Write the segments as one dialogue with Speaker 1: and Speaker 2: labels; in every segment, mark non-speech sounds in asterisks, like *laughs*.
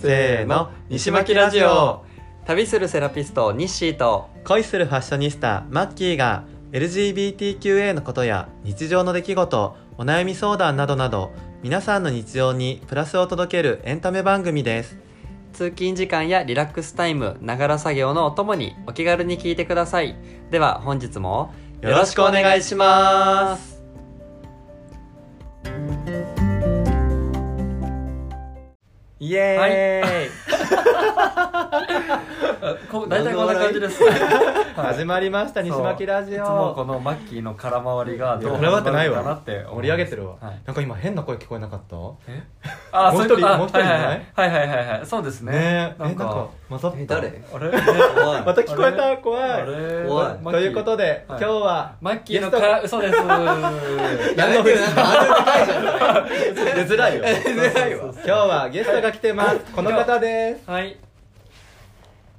Speaker 1: せーの西巻ラジオ
Speaker 2: 旅するセラピストニッシーと
Speaker 1: 恋するファッショニスタマッキーが LGBTQA のことや日常の出来事お悩み相談などなど皆さんの日常にプラスを届けるエンタメ番組です
Speaker 2: 通勤時間やリラックスタイムながら作業のお供にお気軽に聞いてくださいでは本日も
Speaker 1: よろしくお願いしますイエーイ、
Speaker 2: こ
Speaker 1: 大体こん
Speaker 2: 大体こん
Speaker 1: な
Speaker 2: な
Speaker 1: 感
Speaker 2: 感
Speaker 1: じ
Speaker 2: じ
Speaker 1: で
Speaker 2: です、
Speaker 1: 始まりました西巻ラジ
Speaker 3: いつもこ
Speaker 1: オ
Speaker 3: のマッキーの空回りが
Speaker 1: いや
Speaker 3: どう
Speaker 1: 絡まってないわ
Speaker 3: 絡まってなって
Speaker 1: 盛り上げてるわ、
Speaker 3: はい
Speaker 1: なんか今変な声聞こえなかった
Speaker 3: あ
Speaker 1: もう一人
Speaker 3: そういうこと
Speaker 1: もう一人じゃない
Speaker 3: はいはいはいはいはいはいそうですね
Speaker 1: ねえ
Speaker 3: なんか
Speaker 1: 混ざった
Speaker 2: 誰
Speaker 3: あれ
Speaker 1: また聞こえた怖
Speaker 3: あ
Speaker 1: い
Speaker 3: れ
Speaker 2: 怖い
Speaker 3: マッキー
Speaker 1: ということで、
Speaker 3: は
Speaker 1: 今
Speaker 3: い
Speaker 1: 日は
Speaker 3: マッキーのから嘘です
Speaker 2: やめてよなんか
Speaker 1: *laughs* 出づらいよ
Speaker 3: そうそう
Speaker 1: 今日はゲストが来てますこの方です
Speaker 3: はい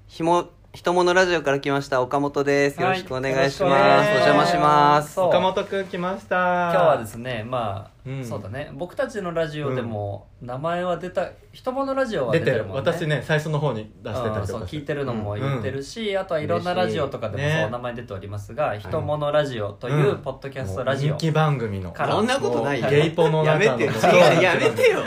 Speaker 2: ひもひとものラジオから来ました岡本ですよろしくお願いします、
Speaker 1: はい
Speaker 2: お邪魔します
Speaker 3: そう
Speaker 1: 岡本くん来ました
Speaker 3: 今日はですねまあ、
Speaker 1: うん
Speaker 3: そうだね僕たちのラジオでも名前は出た人ものラジオは
Speaker 1: 出
Speaker 3: 出
Speaker 1: て
Speaker 3: て
Speaker 1: る
Speaker 3: るもんね
Speaker 1: 私ね最初の方に出してた
Speaker 3: う
Speaker 1: り
Speaker 3: ん
Speaker 1: と
Speaker 3: そう
Speaker 1: か
Speaker 3: 聞いてるのも言ってるし、あとはいろんなラジオとかでも
Speaker 1: 嬉しい
Speaker 3: そ
Speaker 1: ね
Speaker 3: う名前出ておりますが「ひとものラジオ」というポッドキャストラジ
Speaker 1: も
Speaker 3: オ
Speaker 1: う人気番組の
Speaker 3: から
Speaker 2: そんなことないよ
Speaker 3: もう
Speaker 1: ゲイポの
Speaker 2: や
Speaker 1: 中の
Speaker 2: めてよ違うやめてよ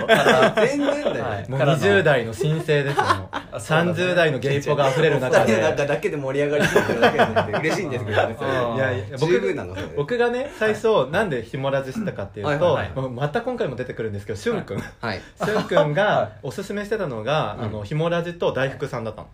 Speaker 2: 全然だよ、
Speaker 3: はい
Speaker 1: もう
Speaker 3: からの
Speaker 1: 20代の新生ですよもう
Speaker 3: そうだね
Speaker 1: 30代のゲイポが溢れる中で
Speaker 2: 二人の中だけで盛り上がりそうなだけなんで嬉しいんですけどねそれ
Speaker 3: うん
Speaker 1: いやいや
Speaker 2: 十分なのそれ
Speaker 1: 僕がね最初なんでひもラジしたかっていうと、
Speaker 2: はいはい
Speaker 3: は
Speaker 1: また今回も出てくるんですけどしゅんくんし
Speaker 2: はい
Speaker 1: ゅんくんがおすすめしてたのが、あのひもラジと大福さんだったの、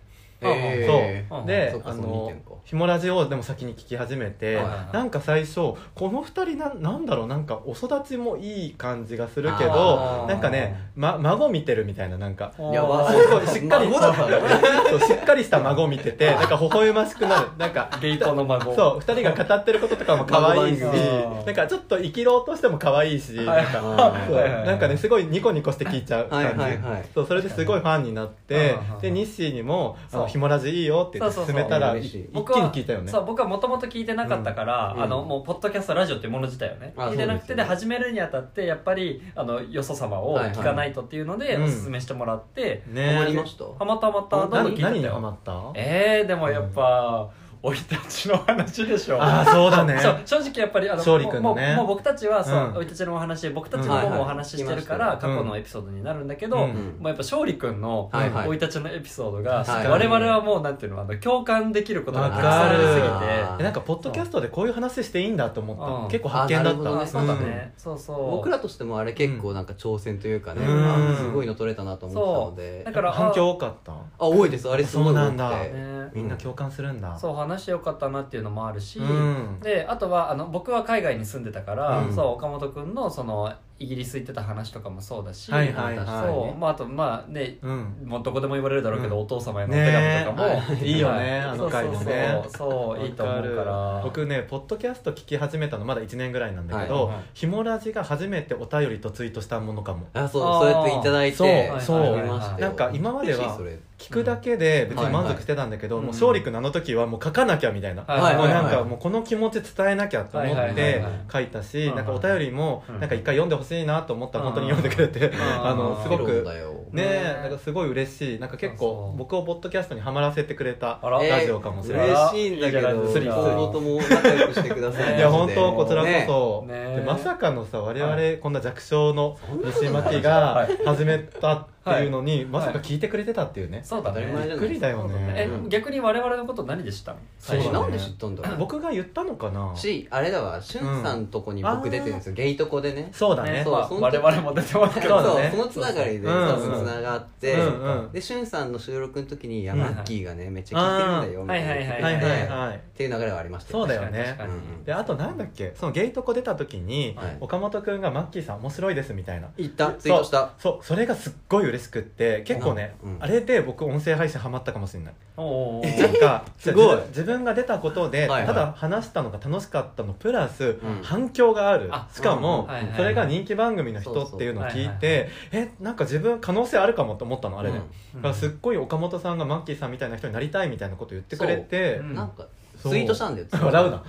Speaker 2: え
Speaker 1: そう
Speaker 3: うん
Speaker 1: で
Speaker 2: そうか
Speaker 1: あ
Speaker 2: その二
Speaker 1: の
Speaker 2: 点か
Speaker 1: ひもラジをでも先に聞き始めて、
Speaker 3: はいはい
Speaker 1: なんか最初この二人なんなんだろうなんかお育ちもいい感じがするけ
Speaker 2: あ
Speaker 1: ど
Speaker 3: ー
Speaker 1: なんかね、ま、孫見てるみたいななんか
Speaker 2: ー
Speaker 3: お
Speaker 2: いやわ
Speaker 1: すごいしっかり
Speaker 2: 孫だったの
Speaker 1: *laughs* そうしっかりした孫見ててなんか微笑ましくなるなんか
Speaker 3: ゲイポの孫
Speaker 1: そう2人が語ってることとかも可愛いし
Speaker 2: 孫
Speaker 3: 番組
Speaker 1: なんかちょっと生きろうとしても可愛いし
Speaker 3: い
Speaker 1: なんか
Speaker 2: あー
Speaker 1: そう
Speaker 3: はいはいはい
Speaker 1: なんかねすごいニコニコして聞いちゃう
Speaker 2: はい
Speaker 1: 感
Speaker 2: はいはい
Speaker 1: じそうそれですごいファンになって
Speaker 3: うんうん
Speaker 1: で日誌にも「あ
Speaker 3: そ
Speaker 1: の
Speaker 3: う
Speaker 1: ひもラジいいよ」って言って
Speaker 3: そうそう
Speaker 1: 勧
Speaker 3: そ
Speaker 1: め
Speaker 3: う
Speaker 1: たら
Speaker 2: うん
Speaker 1: い
Speaker 2: 嬉
Speaker 1: 一
Speaker 2: し
Speaker 1: 気
Speaker 2: い
Speaker 1: に
Speaker 3: 僕は
Speaker 1: 聞いたよね
Speaker 3: そう僕はもともと聞いてなかったから、
Speaker 2: うん
Speaker 3: あの
Speaker 2: うん
Speaker 3: もうポッドキャストラジオっていうもの自体をね
Speaker 2: あ
Speaker 3: 聞いてなくて
Speaker 2: そうで
Speaker 3: で
Speaker 2: すよね
Speaker 3: 始めるにあたってやっぱりあのよそ様を聞かないとっていうの
Speaker 1: い
Speaker 3: で
Speaker 1: はい
Speaker 3: おすすめしてもらって、
Speaker 1: ね
Speaker 2: 困りました
Speaker 3: はまったはまったどんどん聞
Speaker 1: 何
Speaker 3: いてた
Speaker 1: 何にハ
Speaker 3: よ
Speaker 1: マった
Speaker 3: えー、でもやっぱ生、いたちの話で
Speaker 1: *laughs*
Speaker 3: しょ
Speaker 1: ああそうだね
Speaker 3: そう正直やっぱりあの
Speaker 1: 勝利君のね
Speaker 3: もうもうもう僕たちはそう
Speaker 1: うん
Speaker 3: 生い立ちのお話僕たち
Speaker 1: うん
Speaker 3: の方
Speaker 1: はい
Speaker 2: はい
Speaker 3: もお話ししてる
Speaker 1: きまし
Speaker 2: 聞
Speaker 3: から、
Speaker 1: たよ
Speaker 3: 過去のエピソードになるんだけ
Speaker 1: う
Speaker 3: ど、
Speaker 1: ん
Speaker 3: もうやっぱ勝利君の
Speaker 2: はいはい
Speaker 3: 生い立ちのエピソードが、
Speaker 2: はい
Speaker 3: 我々はもうなんていうのあの共感できることがたくさんありすぎて
Speaker 2: わか
Speaker 1: えなんかポッドキャストでこういう話していいんだと思っ
Speaker 3: うん
Speaker 1: た結構発見だ
Speaker 2: あなるほど
Speaker 1: った
Speaker 3: あ
Speaker 2: ね
Speaker 3: そうだね、そうそう
Speaker 2: 僕らとしてもあれ結構なんか挑戦というかね、
Speaker 1: うん
Speaker 2: あすごいの取れたなと思ってたので
Speaker 3: そうだ
Speaker 1: う
Speaker 3: か
Speaker 1: ん
Speaker 3: ら
Speaker 1: 反響多かった
Speaker 2: あ多いですあれすごい多くて
Speaker 1: そうなんだ
Speaker 3: ね
Speaker 1: みんな共感するんだ
Speaker 3: そう話してよかったなっていうのもあるし、
Speaker 1: うん
Speaker 3: であとはあの僕は海外に住んでたから、
Speaker 1: うん
Speaker 3: そう岡本君のそのイギリス行ってた話とかもそうだし、
Speaker 1: はいはいはい
Speaker 3: そうまあ、あとまあね、
Speaker 1: うん
Speaker 3: もうどこでも言われるだろうけど、
Speaker 1: うん
Speaker 3: お父様へのお手紙とかも、 *laughs*
Speaker 1: ねえいいよね
Speaker 3: は
Speaker 1: あの回もね
Speaker 3: そうそうそうそういいと思うか
Speaker 1: わ
Speaker 3: ら
Speaker 1: 僕ねポッドキャスト聞き始めたのまだ1年ぐらいなんだけど、
Speaker 3: はいはい
Speaker 1: ひもラジが初めてお便りとツイートしたものかも
Speaker 2: あそう
Speaker 3: あー
Speaker 2: そうやっていただいて
Speaker 3: そう
Speaker 2: そう
Speaker 3: そう
Speaker 2: 見ましたよ
Speaker 1: なんか今までは
Speaker 2: 嬉しいそれ
Speaker 1: 聞くだけで別に満足してたんだけど、
Speaker 3: うん
Speaker 1: もう勝利君あの時はもう書かなきゃみたいな、
Speaker 3: はいはい
Speaker 1: も
Speaker 3: は
Speaker 1: う
Speaker 3: い
Speaker 1: なんかもうこの気持ち伝えなきゃと思
Speaker 3: はい
Speaker 1: っ
Speaker 2: はいはい
Speaker 1: て
Speaker 2: はい
Speaker 1: 書いたし、
Speaker 3: うんうん
Speaker 1: なんかお便りも
Speaker 3: うん
Speaker 1: なんか一回読んでほしいなと思ったら本当に読んでくれて、
Speaker 3: うん
Speaker 1: あのすご
Speaker 2: そう
Speaker 1: く
Speaker 2: だよ
Speaker 1: ね
Speaker 3: ね
Speaker 1: えなんかすごい嬉しいなんか結
Speaker 3: そう
Speaker 1: 構
Speaker 3: そう
Speaker 1: 僕をポッドキャストにはまらせてくれた
Speaker 3: あら
Speaker 1: ラジオかもしれない、
Speaker 3: え
Speaker 2: 嬉しいんだけど
Speaker 3: いいじゃないです
Speaker 1: か
Speaker 2: 今後とも仲良くしてください
Speaker 1: いや本当こちらこそ、
Speaker 3: ねね
Speaker 1: でまさかのさ我々
Speaker 3: は
Speaker 1: こんな弱小の西巻
Speaker 3: は
Speaker 1: が
Speaker 3: い
Speaker 1: 始めたっていうのにまさか聞いてくれてたっていうね
Speaker 3: そうだ
Speaker 2: 当たり前じ
Speaker 3: ね
Speaker 1: び
Speaker 2: ゃ
Speaker 1: っ
Speaker 2: ない
Speaker 1: くりだよ
Speaker 3: え
Speaker 1: ね
Speaker 2: うん
Speaker 3: 逆に我々のこと何で知ったの
Speaker 1: そう
Speaker 3: 最
Speaker 1: だ
Speaker 2: え
Speaker 1: ね
Speaker 3: 初
Speaker 2: なんで知ったんだろう
Speaker 1: 僕が言ったのかな
Speaker 2: しあれだわしゅんさんとこに僕出てるんですよ、ゲイとこでね
Speaker 1: そうだね
Speaker 2: そう
Speaker 3: まあ
Speaker 2: その
Speaker 3: 我々も出てますけ
Speaker 1: そう
Speaker 3: ど
Speaker 1: だね
Speaker 2: そのつながりで
Speaker 1: うんうん
Speaker 2: 多分つながって、
Speaker 1: うんうん
Speaker 2: でしゅんさんの収録の時に「いや
Speaker 1: うん
Speaker 2: マッキーがねめっちゃ聞いてるんだよ」みたいな
Speaker 1: はい
Speaker 2: 言っ
Speaker 1: は
Speaker 2: て
Speaker 1: い
Speaker 2: て
Speaker 1: はい
Speaker 2: っていう流れはありました
Speaker 1: そうだよね
Speaker 3: 確かに確かに
Speaker 2: うん
Speaker 1: であとなんだっけそのゲイトコ出た時に、
Speaker 2: はい
Speaker 1: 岡本君が「マッキーさん面白いです」みたいな
Speaker 2: 行ったツイートした
Speaker 1: そうそれがすっごい嬉しくって結構ね、
Speaker 2: うん
Speaker 1: あれで僕音声配信ハマったかもしれない
Speaker 3: おうおうおう
Speaker 1: なんか
Speaker 2: すごい
Speaker 1: 自分が出たことで、
Speaker 2: はいはい
Speaker 1: ただ話したのが楽しかったのプラス、
Speaker 2: ん
Speaker 1: 反響がある
Speaker 3: あ
Speaker 1: しかも、
Speaker 3: うんはいはいはい
Speaker 1: それが人気番組の人っていうのを聞いてえなんか自分可能性あるかもと思ったのあれで、
Speaker 2: うん
Speaker 1: だからすっごい岡本さんがマッキーさんみたいな人になりたいみたいなこと言ってくれて
Speaker 3: そううん
Speaker 2: なんか不
Speaker 1: そう
Speaker 4: ツイートしたんだよ
Speaker 1: *laughs* 笑うな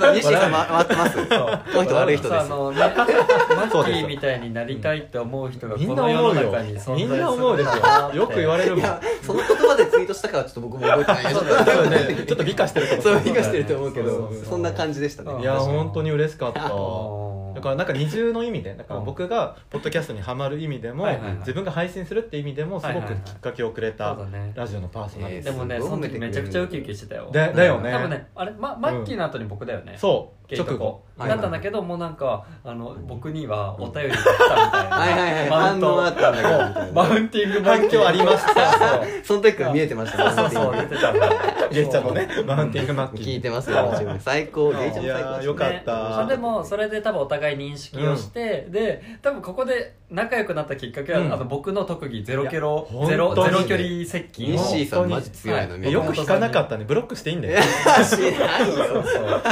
Speaker 4: そう西井さんま回ってますこの人悪い人
Speaker 3: そう
Speaker 4: で
Speaker 3: あ
Speaker 4: す
Speaker 3: のねマッ
Speaker 1: そう
Speaker 3: キ
Speaker 1: ですよ
Speaker 3: ーみたいになりたいって思う人が
Speaker 1: み
Speaker 3: こ
Speaker 1: んな
Speaker 3: の
Speaker 1: 思
Speaker 3: 世
Speaker 1: う
Speaker 3: の
Speaker 1: よ
Speaker 3: 中に存在する
Speaker 1: みんな思うでしょよく言われる
Speaker 4: い
Speaker 1: もん
Speaker 4: やその言葉でツイートしたからちょっと僕も覚えてないけど
Speaker 3: そうだ
Speaker 1: そうねちょっと美化してること
Speaker 4: *laughs* そう
Speaker 1: も
Speaker 4: 生かしてると思うけ
Speaker 3: そう
Speaker 4: ど
Speaker 3: そうそう
Speaker 4: そんな感じでしたね
Speaker 3: うん
Speaker 1: いや本当に嬉しかった
Speaker 3: うん
Speaker 1: だからなんか二重の意味でだから僕がポッドキャストにはまる意味でも
Speaker 3: はいはいはい
Speaker 1: 自分が配信するって意味でもす
Speaker 3: はい
Speaker 1: ご
Speaker 3: はいは
Speaker 1: く
Speaker 3: い
Speaker 1: きっかけをくれ
Speaker 3: そ
Speaker 1: た
Speaker 3: うだね
Speaker 1: ラジオのパーソナリテ
Speaker 3: でもね
Speaker 4: すごい
Speaker 3: その時めちゃくちゃウキウキしてたよ
Speaker 1: ィだだよ
Speaker 3: 多分
Speaker 1: ね
Speaker 3: ねあれ、ま、マッキーの後に僕だよね、
Speaker 1: そう
Speaker 3: ゲイと
Speaker 1: 直
Speaker 3: こ
Speaker 1: 後
Speaker 4: はい
Speaker 3: だったんだけどもうなんかあの僕にはお便りが来たみたいな
Speaker 4: はいはいはい
Speaker 3: マウン
Speaker 4: 反応
Speaker 3: ト
Speaker 4: があったんだけどみたいな
Speaker 3: マウンティングマ
Speaker 1: 反響ありました
Speaker 4: その時から見えてましたね
Speaker 3: そうそう出てたんだ
Speaker 1: ゲイちゃんのねマウンティングマッキー
Speaker 4: 聞いてますよもちろん最高ゲイちゃんも最高で
Speaker 1: い
Speaker 4: した
Speaker 1: やー
Speaker 4: ね
Speaker 1: よかった
Speaker 3: あでもそれで多分お互い認識をして、で多分ここで仲良くなったきっかけは、
Speaker 1: うん
Speaker 3: あの僕の特技ゼロキロ
Speaker 1: いや
Speaker 3: ゼ
Speaker 1: 本
Speaker 3: ロ
Speaker 1: 当
Speaker 3: ゼ
Speaker 1: に
Speaker 3: ロ距離接近
Speaker 4: 西
Speaker 3: を
Speaker 1: 西
Speaker 4: 井さんマジ強いの
Speaker 1: え
Speaker 4: ね
Speaker 1: よく引かなかったねブロックしていいんだよ
Speaker 4: しない
Speaker 3: そ
Speaker 4: よ
Speaker 3: うそう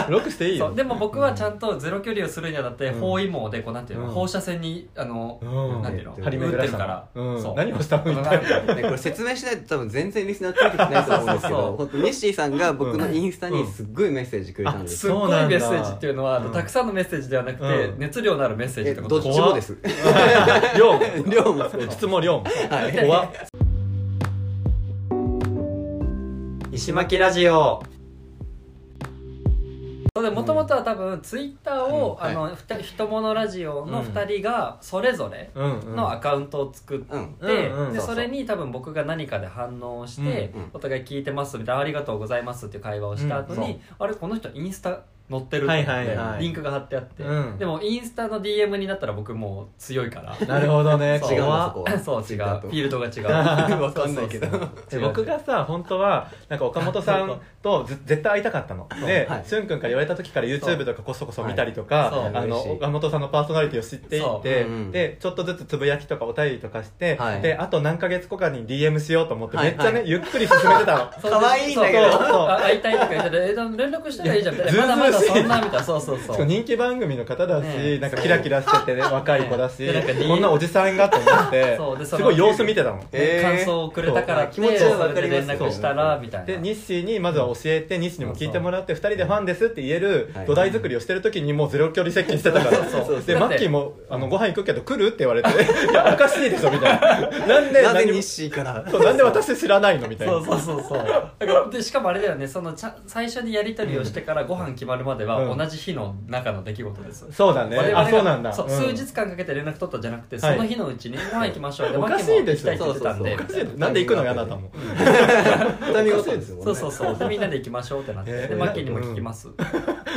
Speaker 1: ブロックしていい
Speaker 3: そう
Speaker 1: よ
Speaker 3: でも僕はちゃんとゼロ距離をするにあたって
Speaker 1: うん
Speaker 3: 包囲網でこうなんていうの、
Speaker 1: うん
Speaker 3: 放射線にあの、
Speaker 1: うん
Speaker 3: なんていうの
Speaker 1: 張り巡らした
Speaker 3: 打ってるから
Speaker 1: うん
Speaker 3: そう
Speaker 1: 何をしたの
Speaker 3: こ
Speaker 1: 一
Speaker 3: の
Speaker 1: 体
Speaker 4: ね、これ説明しないと多分全然リスナーついてきてないと思うんです
Speaker 3: そうそ
Speaker 4: け
Speaker 3: うそ
Speaker 4: ど
Speaker 3: う
Speaker 4: 本当にシーさんが僕のインスタにすっごいメッセージくれたんです
Speaker 3: す
Speaker 4: よ、
Speaker 3: っ
Speaker 1: そう
Speaker 3: ご
Speaker 1: ないんだ
Speaker 3: メッセージっていうのは、あのたくさんのメッセージではなくて、
Speaker 1: うん
Speaker 3: 熱量のあるメッセージ
Speaker 4: え
Speaker 3: ってこ
Speaker 4: ど
Speaker 3: と
Speaker 4: っちもです
Speaker 1: *laughs* 量も
Speaker 4: *laughs* 量もすごい
Speaker 1: 質も量も
Speaker 4: はい
Speaker 1: 怖っ
Speaker 2: 石巻ラジオ
Speaker 3: それでもともとは多分ツイッターを、
Speaker 4: うんはい
Speaker 3: あのふたひとものラジオの2人がそれぞれ
Speaker 1: うんうん
Speaker 3: のアカウントを作って、
Speaker 4: うん
Speaker 1: うんうん
Speaker 3: で
Speaker 1: そう
Speaker 4: そう
Speaker 3: それに多分僕が何かで反応して、
Speaker 4: うんうん
Speaker 3: お互い聞いてますみたいな「ありがとうございます」っていう会話をした後
Speaker 4: うんそ
Speaker 3: に、
Speaker 4: う
Speaker 3: あれこの人インスタ載ってる
Speaker 1: はいはい
Speaker 4: はい
Speaker 3: リンクが貼ってあって、
Speaker 1: うん
Speaker 3: でもインスタの DM になったら僕もう強いから
Speaker 1: なるほどね
Speaker 3: そう
Speaker 4: 違うんだ
Speaker 1: 怖
Speaker 4: そ
Speaker 1: っ
Speaker 4: こは
Speaker 3: *laughs* そう違うフ
Speaker 4: だと
Speaker 3: ィールドが違う
Speaker 4: *laughs* わかんないけど
Speaker 3: そうそう
Speaker 1: で
Speaker 3: そう違う
Speaker 1: 僕がさ本当はなんか岡本さんとず絶対会いたかったので、
Speaker 4: はい
Speaker 1: しゅんくんから言われた時から YouTube とかこそこそ見たりと
Speaker 3: そう
Speaker 1: か、
Speaker 3: はい
Speaker 1: あの
Speaker 4: そう
Speaker 1: 岡本さんのパーソナリティを知ってい
Speaker 3: そう
Speaker 1: て、
Speaker 4: うん
Speaker 1: でちょっとずつつぶやきとかお便りとかして、
Speaker 4: はい
Speaker 1: であと何ヶ月後かに DM しようと思って
Speaker 4: は
Speaker 1: め
Speaker 4: い
Speaker 1: っちゃね、ゆっくり進めてたの
Speaker 3: そう
Speaker 4: 可愛いんだけど
Speaker 3: そうそうあ会いたいとか言っててえでも連絡したらいいじゃんみたい
Speaker 1: ずう
Speaker 3: な
Speaker 1: ずう
Speaker 3: まだまだそんなみたいなそうそう
Speaker 1: し
Speaker 3: *laughs* そ
Speaker 1: かも
Speaker 3: う
Speaker 1: 人気番組の方だし、
Speaker 3: ね
Speaker 1: なんかキラキラしてて、ね、若い子だし、
Speaker 3: でなんか DM
Speaker 1: こんなおじさんがと思っ
Speaker 3: *laughs* そう
Speaker 1: て
Speaker 3: ですその
Speaker 1: ごい様子見てたの。
Speaker 4: *laughs* えー
Speaker 3: 感想をくれたからって
Speaker 4: そう気持ちはわ
Speaker 3: そ
Speaker 4: か
Speaker 3: れで
Speaker 4: りま
Speaker 3: 連
Speaker 4: す
Speaker 3: 絡したらみたい
Speaker 1: で
Speaker 3: な
Speaker 1: 日誌にまずは教えて日誌にも聞いてもらって2人でファンですって言える
Speaker 4: はい
Speaker 1: 土台作りをしてる時にもうゼロ距離接近してたから
Speaker 3: そうそうそう
Speaker 1: で
Speaker 3: だ
Speaker 1: マ
Speaker 3: って
Speaker 1: ッキーも「あのご飯行くけど来る?」って言われて *laughs* 「いやおかしいでしょ」みたいな「なんで
Speaker 4: なぜ
Speaker 1: 何も
Speaker 4: 日誌から
Speaker 1: そうなんで私知らないの?」みたいな
Speaker 3: そうそうそうそうだからでしかもあれだよねそのちゃ最初にやり取りをしてからご飯決まるまで
Speaker 1: う
Speaker 3: は
Speaker 1: ん
Speaker 3: 同じ日の中の出来事です、
Speaker 1: そうだね
Speaker 3: 我々が
Speaker 1: あそうなんだ
Speaker 3: そう
Speaker 1: うん
Speaker 3: 数日間かけて連絡取ったじゃなくて、
Speaker 1: はい
Speaker 3: その日のうちにご飯行きましょうで
Speaker 1: おかしいでしょ
Speaker 3: マキも行きたいって言ってたんで
Speaker 1: おかしいでなんで行くのよあなたも
Speaker 4: 畳み事ですもんね
Speaker 3: そうそうそうでみんなで行きましょうってなって、
Speaker 1: へー
Speaker 3: でマッキーにも聞きます、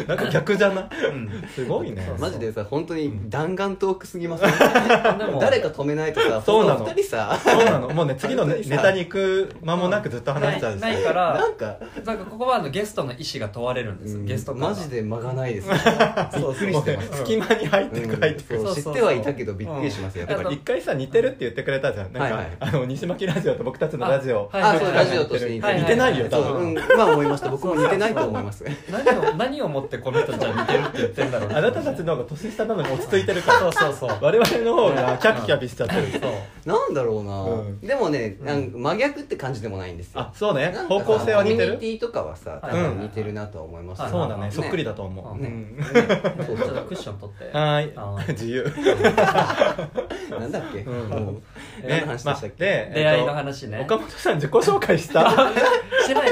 Speaker 1: なんか逆じゃない
Speaker 3: うん
Speaker 1: すごいね
Speaker 3: そう
Speaker 4: マジでさ本当に弾丸トークすぎますね
Speaker 3: でも
Speaker 4: 誰か止めないとさ
Speaker 1: そうなの
Speaker 4: 本当二人さ
Speaker 1: そうなのもうね次のねネタに行く間もなくずっと *laughs* 話しちゃうし
Speaker 3: ないないか
Speaker 4: な
Speaker 3: ら
Speaker 4: んか
Speaker 3: なんかここはあのゲストの意思が問われるんです、
Speaker 4: うん
Speaker 3: ゲスト感が
Speaker 4: マジで間がないですねびっくり
Speaker 1: も
Speaker 4: し
Speaker 1: う
Speaker 4: て
Speaker 1: ね
Speaker 4: ます
Speaker 1: 隙間に入ってく入ってく
Speaker 4: うんそう知ってはいたけどびっくりしますよ
Speaker 3: うん
Speaker 1: なんか一回さ似てるって言ってくれたじゃんなんか、
Speaker 4: はいはい
Speaker 1: あの西巻ラジオと僕たちのラジオ
Speaker 3: あはい
Speaker 4: あそうラジオとして似て
Speaker 3: はい
Speaker 4: る
Speaker 1: 似てないよ
Speaker 4: そ
Speaker 1: 多
Speaker 4: う、うん、
Speaker 1: 分
Speaker 4: 今思いました僕も似てないと思います *laughs*
Speaker 3: 何を何をもってこの人じゃ似てるって言ってんだろう
Speaker 1: あなたたちの方が年下なのに落ち着いてる *laughs* から
Speaker 3: そうそうそう
Speaker 1: 我々の方がキャピキャピしちゃってる *laughs*
Speaker 3: そう
Speaker 4: なんだろうな、
Speaker 1: うん
Speaker 4: でもねなんか真逆って感じでもないんですよ
Speaker 1: あそうね
Speaker 4: なんか
Speaker 1: 方
Speaker 4: さ
Speaker 1: 向性は似て
Speaker 4: コミュニ
Speaker 1: る
Speaker 4: ティとかはさ多
Speaker 1: うん
Speaker 4: 分似てるなとは思います
Speaker 1: そ
Speaker 4: よ
Speaker 3: ィ
Speaker 1: うだね
Speaker 3: ね
Speaker 1: そっくりだと思う、
Speaker 4: ね
Speaker 1: うん
Speaker 4: そ
Speaker 3: ちょ
Speaker 4: う
Speaker 3: っ
Speaker 4: そう
Speaker 3: とクッション取って
Speaker 1: は
Speaker 3: あ
Speaker 1: ーい *laughs*
Speaker 3: ー
Speaker 1: 自由
Speaker 4: なんだっけ、
Speaker 1: うん
Speaker 4: もう
Speaker 3: え
Speaker 4: 何の話でしたっけ、
Speaker 1: で
Speaker 3: 出会いの
Speaker 1: えっ
Speaker 3: 話
Speaker 1: と
Speaker 3: ね
Speaker 1: 岡本さん自己紹介した
Speaker 3: してないね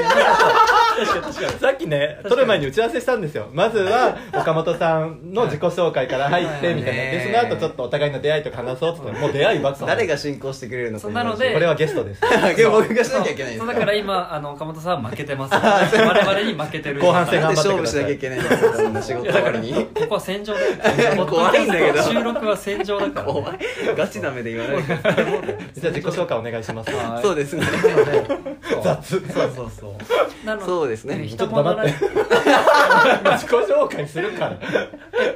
Speaker 3: 確かに確かに
Speaker 1: さっきね撮る前に打ち合わせしたんですよまずは岡本さんの自己紹介から入ってみたいなでその後ちょっとお互いの出会いとか話そうって言ったらもう出会いばっか
Speaker 4: 誰が進行してくれるのか
Speaker 3: そうなので
Speaker 1: これはゲストです
Speaker 4: 今日 *laughs* 僕がしなきゃいけないんで
Speaker 3: そう
Speaker 4: す
Speaker 3: だ
Speaker 4: か
Speaker 3: から今あの岡本さんは負けて
Speaker 4: *laughs*
Speaker 3: ます我々に負けてる
Speaker 1: 後半戦
Speaker 4: なん
Speaker 1: 頑
Speaker 4: で
Speaker 1: 張ってく
Speaker 4: 勝負
Speaker 1: だ
Speaker 4: し
Speaker 1: さい
Speaker 4: なきゃいけないんですかそんな仕事終わりに
Speaker 3: ここは戦場だ
Speaker 4: *laughs*
Speaker 3: よ
Speaker 4: 怖いんだけど
Speaker 3: 収録は戦場だから、
Speaker 4: 怖
Speaker 3: ね
Speaker 4: いガチダメで言わないでくださ
Speaker 1: じゃあ自己紹介お願いします
Speaker 3: はい
Speaker 4: *laughs* そうですね
Speaker 3: なのでそう
Speaker 1: 雑
Speaker 3: そうそうそうなの
Speaker 4: そうですね
Speaker 3: 人物ラジ
Speaker 1: 自己紹介するから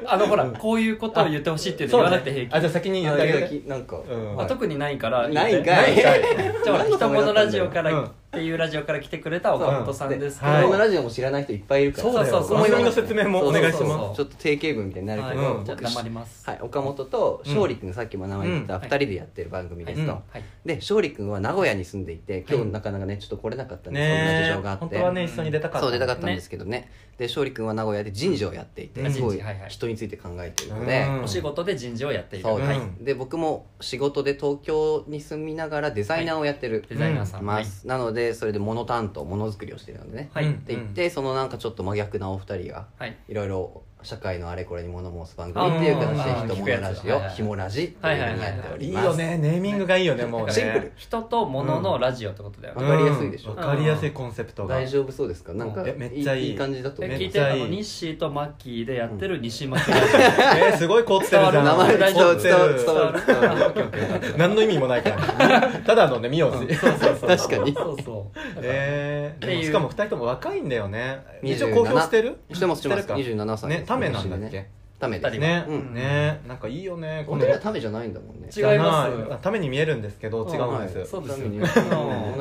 Speaker 3: オあのほらこういうことを言ってほしいっていうの言わなくて平気
Speaker 1: あじゃあ先に言ってあげて
Speaker 4: なんか
Speaker 1: うん
Speaker 3: まあ、特にないから
Speaker 4: ないん
Speaker 3: い
Speaker 4: かい
Speaker 1: はい
Speaker 3: じゃあほら「ひとものラジオ」から
Speaker 1: うん
Speaker 3: っていうラジオから来てくれた岡本さんですけ
Speaker 1: はい
Speaker 4: こ
Speaker 3: ど、
Speaker 4: のラジオも知らない人いっぱいいるから
Speaker 3: そうそうそう
Speaker 4: こも
Speaker 1: 番
Speaker 4: 言
Speaker 1: 組の
Speaker 4: わなきゃいけ
Speaker 1: 説
Speaker 4: ない
Speaker 1: 明もお願いし
Speaker 3: そうそう
Speaker 1: ま
Speaker 3: そ
Speaker 1: す
Speaker 3: う
Speaker 4: ちょっと定型文みたいになるけど、
Speaker 3: はい
Speaker 1: うん
Speaker 3: じゃあ
Speaker 4: 僕
Speaker 3: 頑張ります
Speaker 4: はい、岡本と勝利君、さっきも名前言った
Speaker 3: うん
Speaker 4: 2人でやってる番組ですと、
Speaker 1: うん
Speaker 3: はい
Speaker 4: で勝利君は名古屋に住んでいて今日なかなかねちょっと来れなかったんで、そんな事情があ
Speaker 1: ね
Speaker 4: って
Speaker 1: 本当はね一緒に出たかった
Speaker 4: そう出たかったんですけどねで勝利君は名古屋で人事をやっていて、
Speaker 1: うん
Speaker 4: すごい
Speaker 3: 人事はいはい
Speaker 4: 人について考えてるので、
Speaker 1: うん
Speaker 3: お仕事で人事をやっている
Speaker 4: そうです、
Speaker 1: うん
Speaker 4: で僕も仕事で東京に住みながらデザイナーをやってる、
Speaker 3: デザイナーさん、
Speaker 4: ま
Speaker 3: はい
Speaker 4: す、なのでそれで物担当物作りをしてるのでね、
Speaker 3: はい
Speaker 1: うん
Speaker 4: って言って、そのなんかちょっと真逆なお二人が
Speaker 3: はい
Speaker 4: いろいろ社会のあれこれに物申す番組っていう形
Speaker 1: あー
Speaker 4: で「ひとものラジ
Speaker 3: 聞くやつはいは」
Speaker 4: オ
Speaker 3: い
Speaker 4: 「ひもラジ」っていうふうにやってお
Speaker 1: い
Speaker 4: り
Speaker 1: い
Speaker 4: ます、
Speaker 1: よねネーミングがいいよねもうね
Speaker 4: シンプル
Speaker 3: 人と物のラジオってことだよね、
Speaker 4: わかりやすいでしょ
Speaker 1: うんわかりやすいコンセプトが
Speaker 4: 大丈夫そうですかなんか
Speaker 1: えめっちゃいい
Speaker 4: い感じだと思
Speaker 3: で
Speaker 4: う
Speaker 1: めっちゃい
Speaker 3: 聞
Speaker 1: い
Speaker 3: いてるあのニッシーとマッキーでやってる西巻ラ
Speaker 1: えーすごい凍ってるじゃん
Speaker 3: 伝
Speaker 4: 名前
Speaker 3: 大
Speaker 4: 伝
Speaker 3: 丈
Speaker 4: わ
Speaker 3: 夫
Speaker 4: る伝わる
Speaker 1: 凍って
Speaker 4: 伝わる伝わる
Speaker 1: 何の意味もない
Speaker 4: *laughs*
Speaker 1: からただのね名字
Speaker 4: 確かに
Speaker 3: ジオそうそ
Speaker 1: *laughs*
Speaker 3: う
Speaker 1: えー、でもしかも2人とも若いんだよね
Speaker 4: 27
Speaker 1: 一応公表してる
Speaker 4: してますしてます
Speaker 1: か
Speaker 4: 27歳です
Speaker 1: ねためなんだっけ
Speaker 4: ためで
Speaker 3: 二
Speaker 4: す
Speaker 3: 人
Speaker 1: ね、
Speaker 4: うん
Speaker 1: ねなんかいいよねこの
Speaker 4: 俺らためじゃないんだもんね
Speaker 3: 違う違います
Speaker 1: じゃないために見えるんですけど違うんです
Speaker 3: そうですよ
Speaker 4: ね同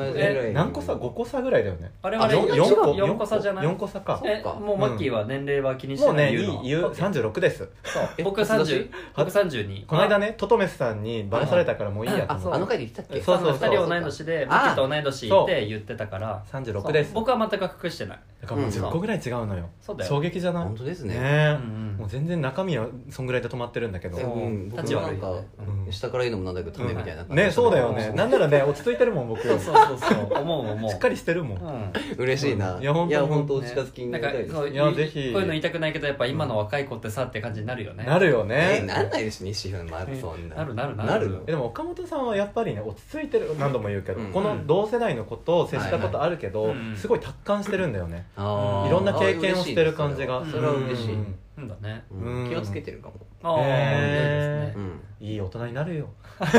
Speaker 4: *laughs* じぐらい
Speaker 1: 何個差5個差ぐらいだよね
Speaker 3: あれは
Speaker 1: よ
Speaker 3: ね
Speaker 1: 四
Speaker 3: 違う四個差じゃない
Speaker 1: 4個差か
Speaker 4: そう
Speaker 3: え
Speaker 4: か
Speaker 3: もうマッキーは年齢は気にし
Speaker 1: も
Speaker 3: て
Speaker 1: う
Speaker 3: な
Speaker 1: ね
Speaker 3: い
Speaker 1: い
Speaker 3: 言うの
Speaker 1: い言う36です
Speaker 3: そう
Speaker 4: え
Speaker 3: 僕30僕32
Speaker 1: この間ねトトメスさんにバラされたからもういいやと
Speaker 4: あ
Speaker 1: 思って
Speaker 4: あの回で言ってたっけ
Speaker 1: そうそうそう
Speaker 3: 2人同い年でマッキーと同い年って言ってたから
Speaker 1: 36です
Speaker 3: 僕は全く隠してない
Speaker 1: だからもう10個ぐらい違うのよ
Speaker 3: そうだよ
Speaker 1: 衝撃じゃない
Speaker 4: 本当ですね
Speaker 1: ね
Speaker 3: うんうん
Speaker 1: もう全然中身はそんぐらいで止まってるんだけど
Speaker 4: でもうん僕
Speaker 3: 立ち
Speaker 4: もな
Speaker 3: 悪
Speaker 4: ん
Speaker 3: い
Speaker 4: か
Speaker 3: よね
Speaker 1: うん
Speaker 4: 下から言うのもなんだけどためみたいな
Speaker 1: ねそうだよねなんならね落ち着いてるもん僕
Speaker 3: そう
Speaker 1: し
Speaker 3: そうそうそう思う思う
Speaker 1: っかりしてるもん
Speaker 3: うん
Speaker 4: 嬉しいない
Speaker 1: や本当に
Speaker 4: 本当お近づきにな
Speaker 3: なんか
Speaker 4: りたいです
Speaker 3: そう
Speaker 1: い
Speaker 3: い
Speaker 1: やぜひ
Speaker 3: こういうの言いたくないけどやっぱ今の若い子ってさって感じになるよね
Speaker 1: なるよ
Speaker 4: え
Speaker 1: ね
Speaker 4: なんないでしょ西分まずそんな
Speaker 3: なるなるなる
Speaker 4: なるの
Speaker 1: えでも岡本さんはやっぱりね落ち着いてる何度も言うけど
Speaker 4: うん
Speaker 1: この同世代の子と接したことあるけど
Speaker 3: はいはい
Speaker 1: すごい達観してるんだよね
Speaker 4: あー
Speaker 1: いろんな経験をしてる感じが
Speaker 4: あ嬉しいですそれはそれは嬉しい
Speaker 1: うん
Speaker 3: うんだね
Speaker 1: うん
Speaker 4: うん気をつけてるかも
Speaker 3: ああ、
Speaker 1: へー
Speaker 3: いいで
Speaker 4: う
Speaker 3: すね
Speaker 4: ん
Speaker 1: いい大人になるよ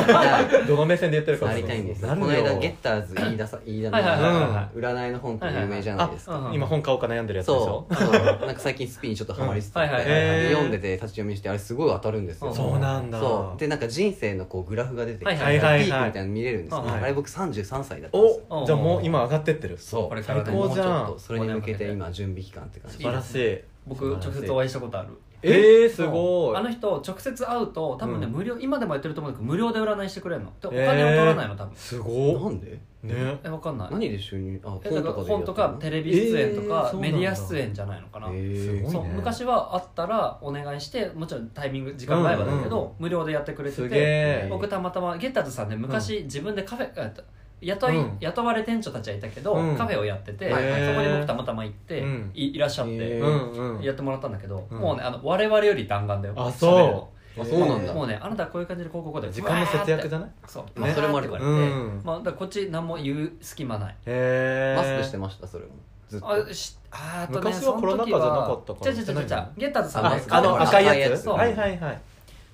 Speaker 4: な
Speaker 1: どの目線で言ってるか
Speaker 4: りたいんですこ
Speaker 1: なる
Speaker 4: の
Speaker 1: よ
Speaker 4: 間ゲッターズ飯田さん飯田の
Speaker 3: はいはい
Speaker 1: はい
Speaker 4: 占いの本って有名じゃないです
Speaker 3: はいはい
Speaker 4: か
Speaker 3: はい
Speaker 1: 今本買おうか悩んでるやつでしょ
Speaker 4: そうそうなんか最近スピンにちょっとハマりつつあって
Speaker 3: うんはい
Speaker 1: はいはい
Speaker 4: で読んでて立ち読みしてあれすごい当たるんですよ
Speaker 3: そう
Speaker 1: そうなんだ
Speaker 4: そうでなんか人生のこうグラフが出てきてピ
Speaker 3: はい
Speaker 4: ー
Speaker 3: はい
Speaker 1: はい
Speaker 4: クみたいなの見れるんですよ
Speaker 3: はい
Speaker 1: はい
Speaker 4: あれ僕33歳だったんですよ
Speaker 1: おじゃあもう今上がってってる
Speaker 4: そう
Speaker 3: これからね
Speaker 1: 最
Speaker 4: もう
Speaker 1: 高
Speaker 4: ち
Speaker 1: じ
Speaker 4: ょ
Speaker 1: ゃ
Speaker 4: っ
Speaker 1: ん
Speaker 4: とそれに向けて今準備期間って感
Speaker 1: 素
Speaker 4: じ
Speaker 1: 晴らしい
Speaker 3: 僕直接お会いしたことある
Speaker 1: えー、すごい
Speaker 3: あの人直接会うと多分ね、
Speaker 1: うん
Speaker 3: 無料今でもやってると思うんだけど無料で占いしてくれるのでお
Speaker 1: えー
Speaker 3: 金を取らないの多分
Speaker 1: す
Speaker 4: な
Speaker 1: ご
Speaker 4: んで
Speaker 1: いね
Speaker 3: えわかんない
Speaker 4: 何で収入あ本
Speaker 3: えだから
Speaker 4: とかで
Speaker 3: 本とかテレビ出演と
Speaker 1: え、ーそ
Speaker 3: か
Speaker 1: うなん
Speaker 3: メ
Speaker 1: だ
Speaker 3: ディア出演じゃないのかな、
Speaker 1: すごい
Speaker 3: そう
Speaker 1: ね
Speaker 3: 昔はあったらお願いしてもちろんタイミング時間が合えばだけど、
Speaker 1: うんう
Speaker 3: 無料でやってくれて
Speaker 1: す
Speaker 3: て
Speaker 1: げえ
Speaker 3: 僕たまたまゲッターズさんね昔、自分でカフェえっと雇い、
Speaker 1: うん
Speaker 3: 雇われ店長たちはいたけど、
Speaker 1: うん
Speaker 3: カフェをやってて、
Speaker 1: はいはい
Speaker 3: そこに僕たまたま行って、
Speaker 1: うん
Speaker 3: いいらっしゃって、
Speaker 4: へえ
Speaker 1: うんうん
Speaker 3: やってもらったんだけど、
Speaker 1: うん
Speaker 3: もうねあの我々より弾丸だよ
Speaker 1: あ
Speaker 3: 喋るの
Speaker 1: そ
Speaker 4: あそうなんだ
Speaker 3: もうねあなたはこういう感じでこうこうこうで
Speaker 1: 時間の節約じ
Speaker 3: ゃ
Speaker 1: ゃない
Speaker 3: そう、
Speaker 4: まあそれもある
Speaker 3: わ
Speaker 4: か
Speaker 3: ーって
Speaker 4: ら
Speaker 1: ね
Speaker 3: 言われて、
Speaker 1: うん
Speaker 3: まあ、だからこっち何も言う隙間ない
Speaker 1: へえ
Speaker 4: マスクしてましたそれもずっと
Speaker 3: あしあーとね
Speaker 1: 昔はコロナ禍じゃなかったから
Speaker 3: じゃじゃじゃじゃゲッターズさん
Speaker 1: あ
Speaker 3: は
Speaker 1: マスクあの赤いやつ
Speaker 3: そう
Speaker 1: はいはいはい